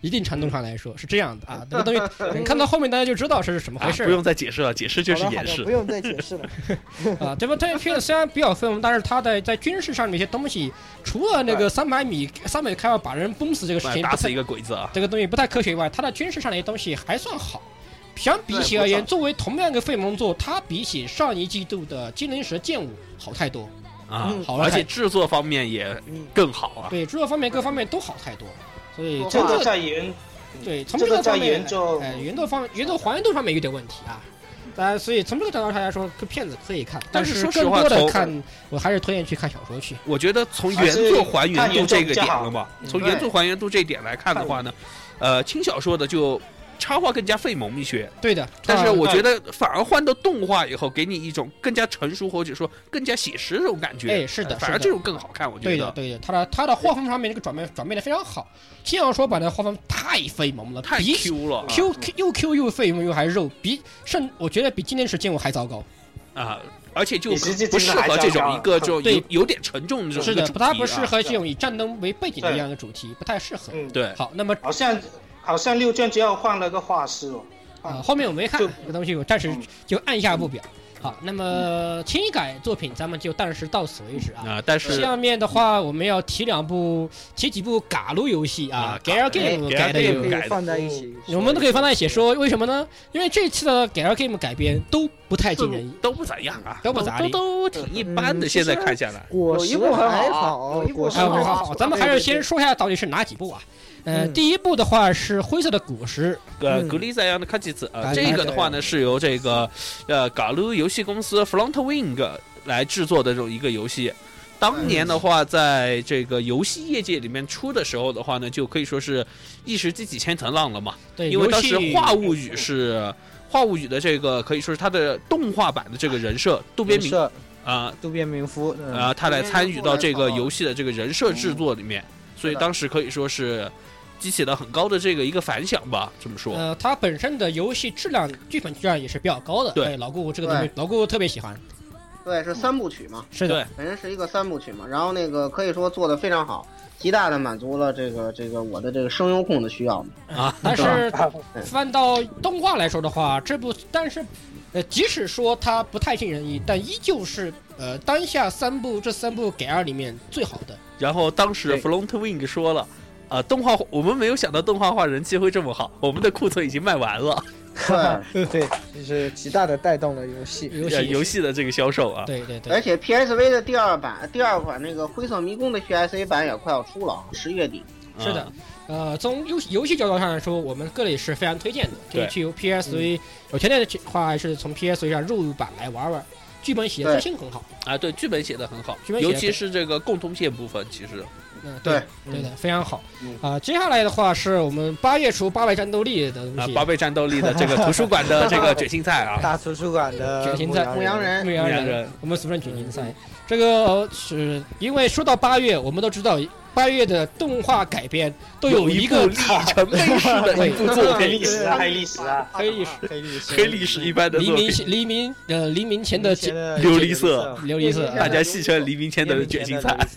Speaker 2: 一定程度上来说是这样的啊。这个东西 等看到后面大家就知道是什么
Speaker 1: 啊
Speaker 2: 回事
Speaker 1: 不
Speaker 2: 儿
Speaker 1: 用再解释了，解释就是
Speaker 5: 好了好
Speaker 1: 掩
Speaker 5: 了
Speaker 1: 饰
Speaker 5: 不。用再解释了。
Speaker 2: 啊。这部这部片虽然比较分红，但是它在在军事上面一些东西，除了那个三百米三百开外把人崩死这个事
Speaker 1: 哎
Speaker 2: 情
Speaker 1: 打
Speaker 2: 不
Speaker 1: 死
Speaker 2: 太
Speaker 1: 一个鬼子啊！
Speaker 2: 这个东西不太科学以外，它的军事上的一些东西还算好。相比起而言，作为同样一个费蒙作，它比起上一季度的《精灵蛇剑舞》好太多。
Speaker 1: 啊
Speaker 5: 嗯，
Speaker 2: 好了
Speaker 1: 而且制作方面也
Speaker 5: 嗯
Speaker 1: 更好啊。
Speaker 2: 对制作方面各方面都好太多，所以
Speaker 3: 说
Speaker 2: 这
Speaker 4: 这
Speaker 3: 话
Speaker 4: 个
Speaker 2: 个
Speaker 4: 在原
Speaker 2: 对从
Speaker 4: 这
Speaker 2: 这
Speaker 4: 个
Speaker 2: 个
Speaker 4: 在
Speaker 2: 方
Speaker 4: 原
Speaker 2: 面，
Speaker 4: 作，
Speaker 2: 呃，原作方原作还原度上面有点问题啊。呃，所以从这个角度上来说，这片子可以看，但
Speaker 1: 但是说实
Speaker 2: 更
Speaker 1: 话
Speaker 2: 多的
Speaker 1: 从
Speaker 2: 看，我还是推荐去看小说去。
Speaker 1: 我觉得从原作还原度这个点了吧，
Speaker 4: 还是看原作比较好
Speaker 1: 从原作还原度这一点来看的话呢，呃，轻小说的就插画更加费萌一些，
Speaker 2: 对的，
Speaker 1: 但是
Speaker 2: 啊
Speaker 1: 我觉得反而换到动画以后，给你一种更加成熟或者说更加写实的这种感觉。
Speaker 2: 哎是的
Speaker 1: 呃反
Speaker 2: 是
Speaker 1: 而
Speaker 2: 的
Speaker 1: 这种更好看，我觉
Speaker 2: 对的
Speaker 1: 得。
Speaker 2: 对的，他的他的画风上面这个转变转变的非常好，新小说版的画风太飞萌了，
Speaker 1: 太
Speaker 2: 比
Speaker 1: Q 了
Speaker 2: Q Q 又 Q 又费萌又还肉，比甚我觉得比今天是剑舞还糟糕。
Speaker 1: 啊！而且就
Speaker 4: 比实际
Speaker 1: 不适合这
Speaker 4: 精神还
Speaker 1: 种
Speaker 4: 糟
Speaker 1: 一个这种
Speaker 2: 对
Speaker 1: 有有点沉重的这种
Speaker 2: 是
Speaker 1: 一个
Speaker 2: 的
Speaker 1: 主，题
Speaker 2: 它
Speaker 1: 啊。
Speaker 2: 不适合这种以战争为背景的这样一个主题，不太适合。
Speaker 4: 嗯，
Speaker 1: 对，
Speaker 2: 好，那么
Speaker 4: 好像好像六卷只要换了个画师哦。
Speaker 2: 啊，后面我没看
Speaker 4: 就
Speaker 2: 这个东西，我暂时
Speaker 4: 嗯
Speaker 2: 就按下不表。好，那么轻改作品咱们就暂时到此为止啊。
Speaker 1: 啊，但是
Speaker 2: 下面的话，我们要提两部，提几部嘎撸游戏啊
Speaker 1: 啊
Speaker 2: ，Gal
Speaker 1: 嘎
Speaker 2: Game
Speaker 1: Gal
Speaker 2: 改的
Speaker 1: Game
Speaker 2: 游
Speaker 5: 可
Speaker 2: 戏，
Speaker 5: 以放在一起，
Speaker 2: 我们都可以放在一起说，为什么呢？因为这次的 Gal Game 改编都不太尽人意，
Speaker 1: 都不咋样啊，
Speaker 2: 都不咋地
Speaker 1: 都都挺一般的。
Speaker 5: 嗯
Speaker 1: 现在看下来，
Speaker 5: 果实还好，
Speaker 3: 有一部
Speaker 5: 果
Speaker 3: 很
Speaker 5: 实
Speaker 2: 哎，我
Speaker 3: 好有
Speaker 5: 还
Speaker 3: 一部很
Speaker 2: 好，咱们还是先说一下到底是哪几部啊。呃，
Speaker 5: 嗯
Speaker 2: 第一部的话是灰色的果实，
Speaker 1: 呃，
Speaker 5: 嗯
Speaker 1: 格丽在样的看妻子，
Speaker 2: 哎
Speaker 1: 呃，这个的话呢是由这个呃嘎鲁游戏公司 Frontwing 来制作的这种一个游戏。当年
Speaker 2: 嗯
Speaker 1: 的话，在这个游戏业界里面出的时候的话呢，就可以说是一石激起千层浪了嘛。
Speaker 2: 对，
Speaker 1: 因为
Speaker 2: 游
Speaker 1: 当
Speaker 2: 戏
Speaker 1: 时《画物语》是《画物语》的这个可以说是它的动画版的这个人设渡边明
Speaker 5: 社
Speaker 1: 啊
Speaker 5: 渡边明夫，嗯
Speaker 1: 啊，他来参与到这个游戏的这个人设制作里面，所以
Speaker 3: 是的
Speaker 1: 当时可以说是激起了很高的这个一个反响吧，这么说。
Speaker 2: 呃，它本身的游戏质量、剧本质量也是比较高的。
Speaker 1: 对
Speaker 2: 哎老顾这个东西，老顾特别喜欢。
Speaker 3: 对，是三部曲嘛，
Speaker 2: 是
Speaker 1: 的，
Speaker 3: 本身是一个三部曲嘛，然后那个可以说做的非常好，极大的满足了这个这个我的这个声优控的需要嘛。
Speaker 1: 啊
Speaker 2: 但是翻到动画来说的话，这部但是，呃，即使说它不太尽人意，但依旧是呃当下三部这三部给二里面最好的。
Speaker 1: 然后当时
Speaker 5: 对
Speaker 1: Frontwing 说了。啊，动画我们没有想到动画化人气会这么好，我们的库存已经卖完了，
Speaker 3: 对，
Speaker 5: 对，就是极大的带动了游戏。
Speaker 2: 游
Speaker 1: 呃
Speaker 2: 戏
Speaker 1: 游，戏的这个销售啊，
Speaker 2: 对对
Speaker 3: 而
Speaker 2: 对，
Speaker 3: 且 PSV 的第二版、第二款那个灰色迷宫的 PSA 版也快要出了啊，十月底。
Speaker 1: 嗯
Speaker 2: 是的，呃，从游戏游戏角度上来说，我们个人是非常推荐的，可以
Speaker 1: 对
Speaker 2: 去由 PSV 有条件的话，还是从 PSV 上入版来玩玩。剧本写的
Speaker 3: 对
Speaker 2: 真心很好，
Speaker 1: 啊，对，剧本写的很好
Speaker 2: 剧，本写
Speaker 1: 尤
Speaker 2: 得
Speaker 1: 其是这个共通线部分，其实
Speaker 2: 嗯，
Speaker 3: 对
Speaker 2: 对的，非常好
Speaker 3: 嗯。
Speaker 2: 啊，接下来的话是我们八月初八位战斗力的东
Speaker 1: 啊，
Speaker 2: 西，
Speaker 1: 八倍战斗力的这个图书馆的这个卷心菜啊，
Speaker 5: 大图书馆的
Speaker 2: 卷心菜
Speaker 3: 牧羊人
Speaker 1: 牧
Speaker 2: 牧羊
Speaker 1: 羊
Speaker 2: 人，
Speaker 1: 人
Speaker 2: 我们俗称卷心赛。这个呃是因为说到八月，我们都知道八月的动画改编都有
Speaker 1: 一
Speaker 2: 一
Speaker 1: 部
Speaker 2: 个
Speaker 1: 里程碑式的一部作
Speaker 4: 黑
Speaker 1: 品，
Speaker 4: 历史啊，黑历史啊，
Speaker 2: 黑历史，
Speaker 5: 黑历史，
Speaker 1: 黑历史一般的
Speaker 2: 黎
Speaker 1: 作
Speaker 2: 明
Speaker 1: 品，
Speaker 2: 黎明呃黎明前的
Speaker 5: 前的
Speaker 1: 琉璃色
Speaker 2: 琉璃色，
Speaker 3: 黎明前的
Speaker 1: 大家戏称黎明前的卷心菜，，
Speaker 2: 啊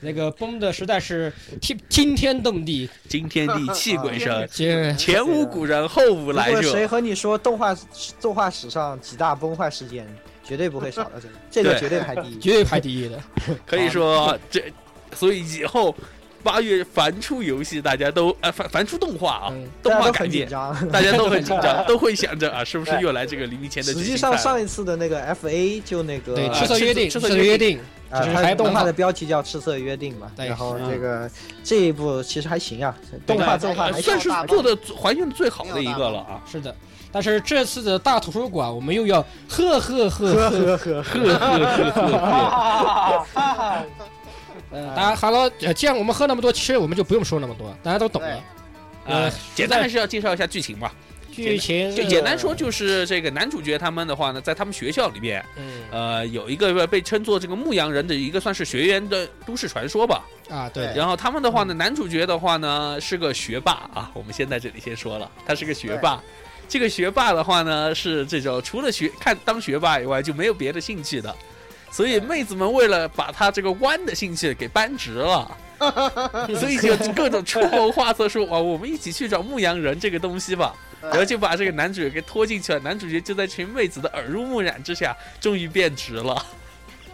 Speaker 2: 那个崩的实在是惊惊天动地，
Speaker 1: 惊天地泣鬼神，
Speaker 2: 这
Speaker 1: 前无古人后无来
Speaker 5: 如果谁
Speaker 1: 者，
Speaker 5: 和你说动画动画史上几大崩坏事件，绝对不会少到这个，这个
Speaker 1: 对
Speaker 5: 绝对排第一。
Speaker 2: 绝对排第一的。
Speaker 1: 可以说这，所以以后八月凡出游戏，大家都啊凡凡出动画啊
Speaker 2: 嗯，
Speaker 1: 动
Speaker 5: 大家
Speaker 1: 画
Speaker 5: 都
Speaker 1: 改
Speaker 5: 很紧
Speaker 1: 编，
Speaker 5: 张。
Speaker 1: 大家都很紧张，都会想着啊，是不是又来这个黎明前的
Speaker 5: 实
Speaker 1: 卷
Speaker 5: 际
Speaker 1: 心
Speaker 5: 上
Speaker 1: 菜？
Speaker 5: 上一次的那个 F A 就那个
Speaker 2: 对，
Speaker 1: 呃
Speaker 2: 赤色约定，
Speaker 1: 赤
Speaker 2: 赤
Speaker 1: 色
Speaker 2: 色
Speaker 1: 约
Speaker 2: 约定，
Speaker 5: 啊，
Speaker 2: 就是
Speaker 5: 它
Speaker 2: 还
Speaker 5: 动
Speaker 2: 蛮
Speaker 5: 画
Speaker 2: 好
Speaker 5: 的标题叫《赤色约定》嘛，
Speaker 2: 对
Speaker 5: 然后
Speaker 2: 是
Speaker 5: 这个这一部其实还行啊，动画动画
Speaker 3: 哎
Speaker 1: 呃
Speaker 5: 还
Speaker 1: 算是
Speaker 3: 大
Speaker 1: 做的还原的最好的一个了啊，
Speaker 2: 是的。但是这次的大图书馆，我们又要呵呵呵呵
Speaker 5: 呵呵呵，
Speaker 1: 呵呵呵呵呵。
Speaker 2: 呃，大家哈喽，呃既然我们喝那么多，其实我们就不用说那么多，大家都懂了。
Speaker 1: 呃
Speaker 2: 呃，
Speaker 1: 简单还是要介绍一下剧情吧。
Speaker 2: 剧情
Speaker 1: 就简单说，，就是这个男主角他们的话呢，在他们学校里面，
Speaker 2: 嗯
Speaker 1: 呃，有一个被称作这个牧羊人的一个算是学员的都市传说吧。
Speaker 2: 啊，对的，
Speaker 1: 然后他们的话呢，男主角的话呢是个学霸啊，我们先在这里先说了，他是个学霸。这个学霸的话呢，是这种除了学看当学霸以外就没有别的兴趣的，所以妹子们为了把他这个弯的兴趣给扳直了。所以就各种出谋划策说，哇，哦我们一起去找牧羊人这个东西吧，然后就把这个男主角给拖进去了。男主角就在群妹子的耳濡目染之下，终于变直了。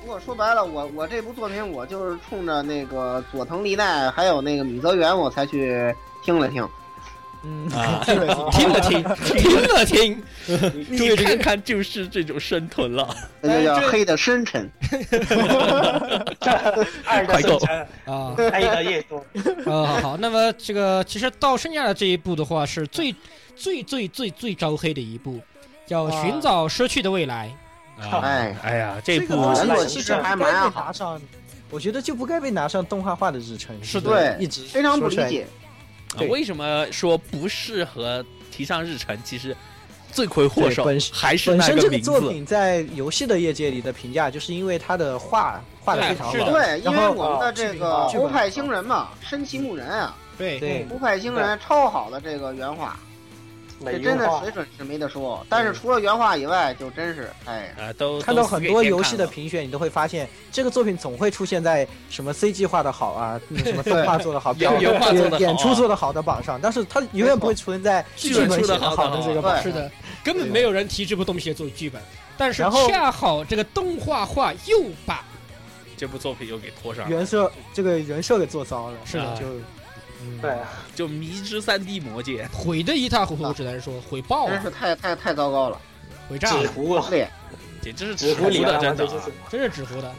Speaker 3: 不过说白了，我我这部作品我就是冲着那个佐藤丽奈还有那个米泽元我才去听了听。
Speaker 5: 嗯，
Speaker 1: 啊
Speaker 5: 基本上
Speaker 2: 听了听，听了听，
Speaker 1: 你看看，就是这种生吞了。
Speaker 3: 那就
Speaker 5: 哎
Speaker 3: 叫
Speaker 5: 这
Speaker 3: 黑的深沉。
Speaker 4: 爱的深沉，
Speaker 2: 啊
Speaker 4: 爱的越多，
Speaker 2: 啊，好 好，那么这个其实到剩下的这一步的话，是最最最最最招黑的一步，叫
Speaker 5: 啊
Speaker 2: 寻找失去的未来。
Speaker 3: 哎
Speaker 1: 哎呀，这
Speaker 5: 这
Speaker 1: 部
Speaker 5: 个东西
Speaker 3: 原作
Speaker 5: 其
Speaker 3: 其
Speaker 5: 实
Speaker 3: 实
Speaker 5: 不该
Speaker 3: 还
Speaker 5: 被
Speaker 3: 蛮好
Speaker 5: 拿上，我觉得就不该被拿上动画化的日程。
Speaker 2: 是的
Speaker 5: 对，
Speaker 3: 对
Speaker 5: 一直
Speaker 3: 非常不理
Speaker 5: 说出来
Speaker 3: 解。
Speaker 1: 啊
Speaker 5: 对
Speaker 1: 为什么说不适合提上日程？其实罪魁祸首
Speaker 5: 对本身
Speaker 1: 还是
Speaker 5: 本
Speaker 1: 那
Speaker 5: 身这个
Speaker 1: 名
Speaker 5: 作
Speaker 1: 字。
Speaker 5: 品在游戏的业界里的评价，就是因为它的画画的非常
Speaker 1: 是的
Speaker 5: 好，
Speaker 3: 对，因
Speaker 5: 然
Speaker 3: 为
Speaker 5: 后哦
Speaker 3: 我们的这个
Speaker 5: 剧本
Speaker 3: 欧派星人嘛，深崎牧人啊，
Speaker 2: 对
Speaker 5: 对
Speaker 3: 欧派星人超好的这个原画，这
Speaker 4: 美
Speaker 3: 真
Speaker 4: 优
Speaker 3: 的
Speaker 4: 化
Speaker 3: 水，准是没得说。但
Speaker 5: 嗯
Speaker 3: 是除了原画以外，就真是哎，
Speaker 1: 啊，都
Speaker 5: 看
Speaker 1: 都
Speaker 5: 到很多游戏的
Speaker 1: 给
Speaker 5: 评选，你都会发现这个作品总会出现在什么 CG 画的好啊，嗯什么动画做的好，表
Speaker 1: 原原画做得好啊
Speaker 5: 演演出做的好的榜上，但是它永远不会出现在
Speaker 1: 剧
Speaker 5: 剧
Speaker 1: 本
Speaker 5: 本
Speaker 1: 出
Speaker 5: 写
Speaker 1: 得
Speaker 5: 的
Speaker 1: 好
Speaker 5: 好
Speaker 1: 的
Speaker 5: 的这个
Speaker 3: 好
Speaker 5: 榜
Speaker 2: 是的，根本没有人提这部东西做剧本，但是
Speaker 5: 然后
Speaker 2: 恰好这个动画化又
Speaker 1: 看
Speaker 2: 把
Speaker 1: 了这部作品又给拖上
Speaker 5: 上，
Speaker 1: 了，
Speaker 5: 原设这个人设给做糟了，
Speaker 2: 是的
Speaker 5: 就
Speaker 4: 对，
Speaker 1: 就《迷之三 D 魔界》
Speaker 2: 毁得一塌糊涂，只能说毁爆
Speaker 3: 真是
Speaker 2: 了，
Speaker 3: 太太太糟糕了。
Speaker 2: 毁炸
Speaker 4: 纸
Speaker 2: 了，
Speaker 4: 糊啊，
Speaker 3: 对，
Speaker 1: 简直是
Speaker 4: 纸糊
Speaker 1: 糊
Speaker 5: 啊
Speaker 4: 里
Speaker 1: 的，真
Speaker 4: 面
Speaker 1: 的啊
Speaker 4: 完全就是
Speaker 2: 真是纸糊的，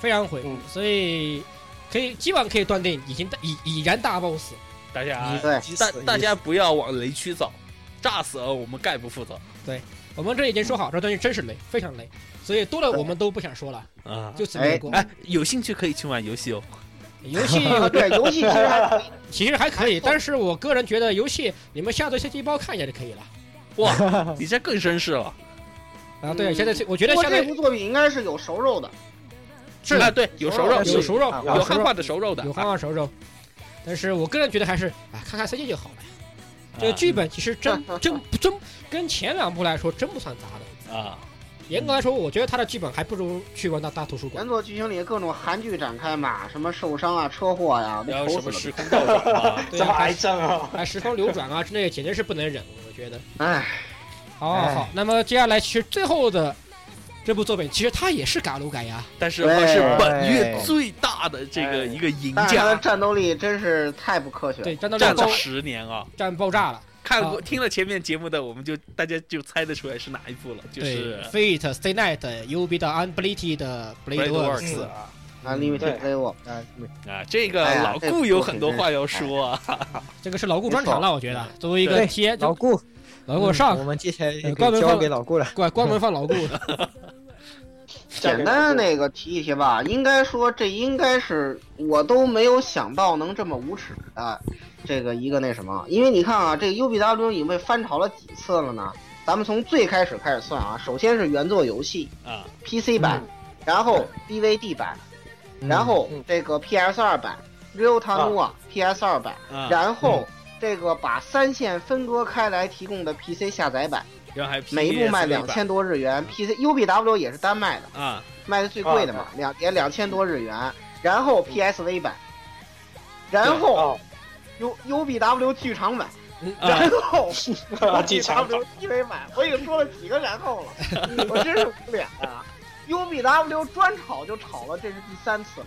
Speaker 2: 非常毁
Speaker 4: 嗯。
Speaker 2: 所以可以基本上可以断定，已经大已已然大 boss。
Speaker 1: 大家
Speaker 3: 对
Speaker 5: 急死
Speaker 1: 大
Speaker 5: 了
Speaker 1: 大家不要往雷区走，炸死了我们概不负责
Speaker 2: 我们这已经说好，这东西真是雷，非常雷。所以多了我们都不想说了，
Speaker 1: 啊！
Speaker 2: 就此略过。
Speaker 1: 哎，有兴趣可以去玩游戏哦。
Speaker 2: 游戏
Speaker 3: 啊，对，游戏其实还可以，
Speaker 2: 其实还可以，但是我个人觉得游戏你们下载下机包看一下就可以了。
Speaker 5: 啊
Speaker 1: 哇，你这更绅士了。
Speaker 2: 啊，对，
Speaker 3: 嗯
Speaker 2: 现在这我觉得
Speaker 3: 不过
Speaker 2: 下载
Speaker 3: 这部作品应该是有熟肉的，
Speaker 2: 是
Speaker 1: 啊，对，有熟肉，
Speaker 2: 有熟肉，
Speaker 5: 啊
Speaker 1: 有
Speaker 5: 有
Speaker 1: 汉化的熟肉的，啊
Speaker 2: 有汉化熟肉，但是我个人觉得还是啊，看看 CG 就好了。
Speaker 1: 啊
Speaker 2: 这个剧本其实真真真跟前两部来说真不算杂的，
Speaker 1: 啊，
Speaker 2: 严格来说，我觉得他的剧本还不如去过那大图书馆
Speaker 3: 原。作剧情里各种韩剧展开嘛，什么受伤啊、车祸呀、
Speaker 1: 然
Speaker 3: 都
Speaker 1: 后什
Speaker 3: 愁
Speaker 1: 么
Speaker 3: 死
Speaker 1: 时
Speaker 3: 了。
Speaker 1: 空倒转啊，
Speaker 2: 对
Speaker 4: 这么
Speaker 2: 啊，
Speaker 4: 癌
Speaker 2: 还
Speaker 4: 症啊，
Speaker 2: 还时空流转啊之类的，简直是不能忍，我觉得。
Speaker 3: 哎，
Speaker 2: 好好好，那么接下来其实最后的这部作品，其实它也是嘎鲁改呀，
Speaker 1: 但是
Speaker 3: 对哎
Speaker 1: 我是本月最大的这个
Speaker 4: 哎
Speaker 1: 一个赢
Speaker 3: 但是他的
Speaker 1: 家，
Speaker 3: 战斗力真是太不科学了
Speaker 2: 对，。战斗力
Speaker 1: 站
Speaker 2: 爆
Speaker 1: 了十年啊！
Speaker 2: 战爆炸了，
Speaker 1: 看过听了前面节目的，我们就大家就猜得出来是哪一部了，就是
Speaker 2: 对 Fate Stay Night U B 的 Unbleated Blade
Speaker 1: Blade
Speaker 2: Works，
Speaker 4: 嗯
Speaker 1: Works
Speaker 3: 啊，Limited Play 我
Speaker 5: 啊，
Speaker 1: 啊。这个
Speaker 3: 哎呀
Speaker 1: 老
Speaker 3: 这
Speaker 1: 顾
Speaker 3: 部
Speaker 1: 有
Speaker 3: 作品
Speaker 1: 很多
Speaker 3: 真哎
Speaker 1: 话要说 啊，
Speaker 2: 这个是老顾专场了，我觉得作为一个
Speaker 5: 对
Speaker 2: 贴
Speaker 5: 老顾，
Speaker 2: 老顾上
Speaker 5: 嗯我们接下来嗯
Speaker 2: 呃
Speaker 5: 就
Speaker 2: 关门
Speaker 5: 交
Speaker 2: 放
Speaker 5: 给老顾了。
Speaker 2: 关关门放老顾，
Speaker 3: 简单啊那个提一提吧，应该说这应该是我都没有想到能这么无耻的，这个一个那什么，因为你看啊，这个 UBW 已经被翻炒了几次了呢？咱们从最开始开始算啊，首先是原作游戏
Speaker 1: 啊
Speaker 3: PC 版，然后 DVD 版，
Speaker 1: 嗯
Speaker 3: 然后这个 PS 二版，Real Time 啊 PS 二版，
Speaker 1: 啊，
Speaker 3: 然后
Speaker 4: 嗯
Speaker 3: 这个把三线分割开来提供的 PC 下载版，
Speaker 1: 然后还
Speaker 3: 每一部卖
Speaker 1: PSV
Speaker 3: 两
Speaker 1: 版
Speaker 3: 千多日元，PC UBW 也是单卖的。
Speaker 1: 啊，
Speaker 3: 卖的最贵的
Speaker 4: 啊
Speaker 3: 嘛，两也两千多日元，然
Speaker 4: 嗯
Speaker 3: 后 PSV 版，然后
Speaker 4: 哦
Speaker 3: U UBW 剧场版，
Speaker 1: 啊
Speaker 3: 然 后
Speaker 4: 啊，机场
Speaker 3: UBW TV 版，我已经说了几个然 后了，我真是无脸啊！UBW 专炒就炒了，这是第三次了，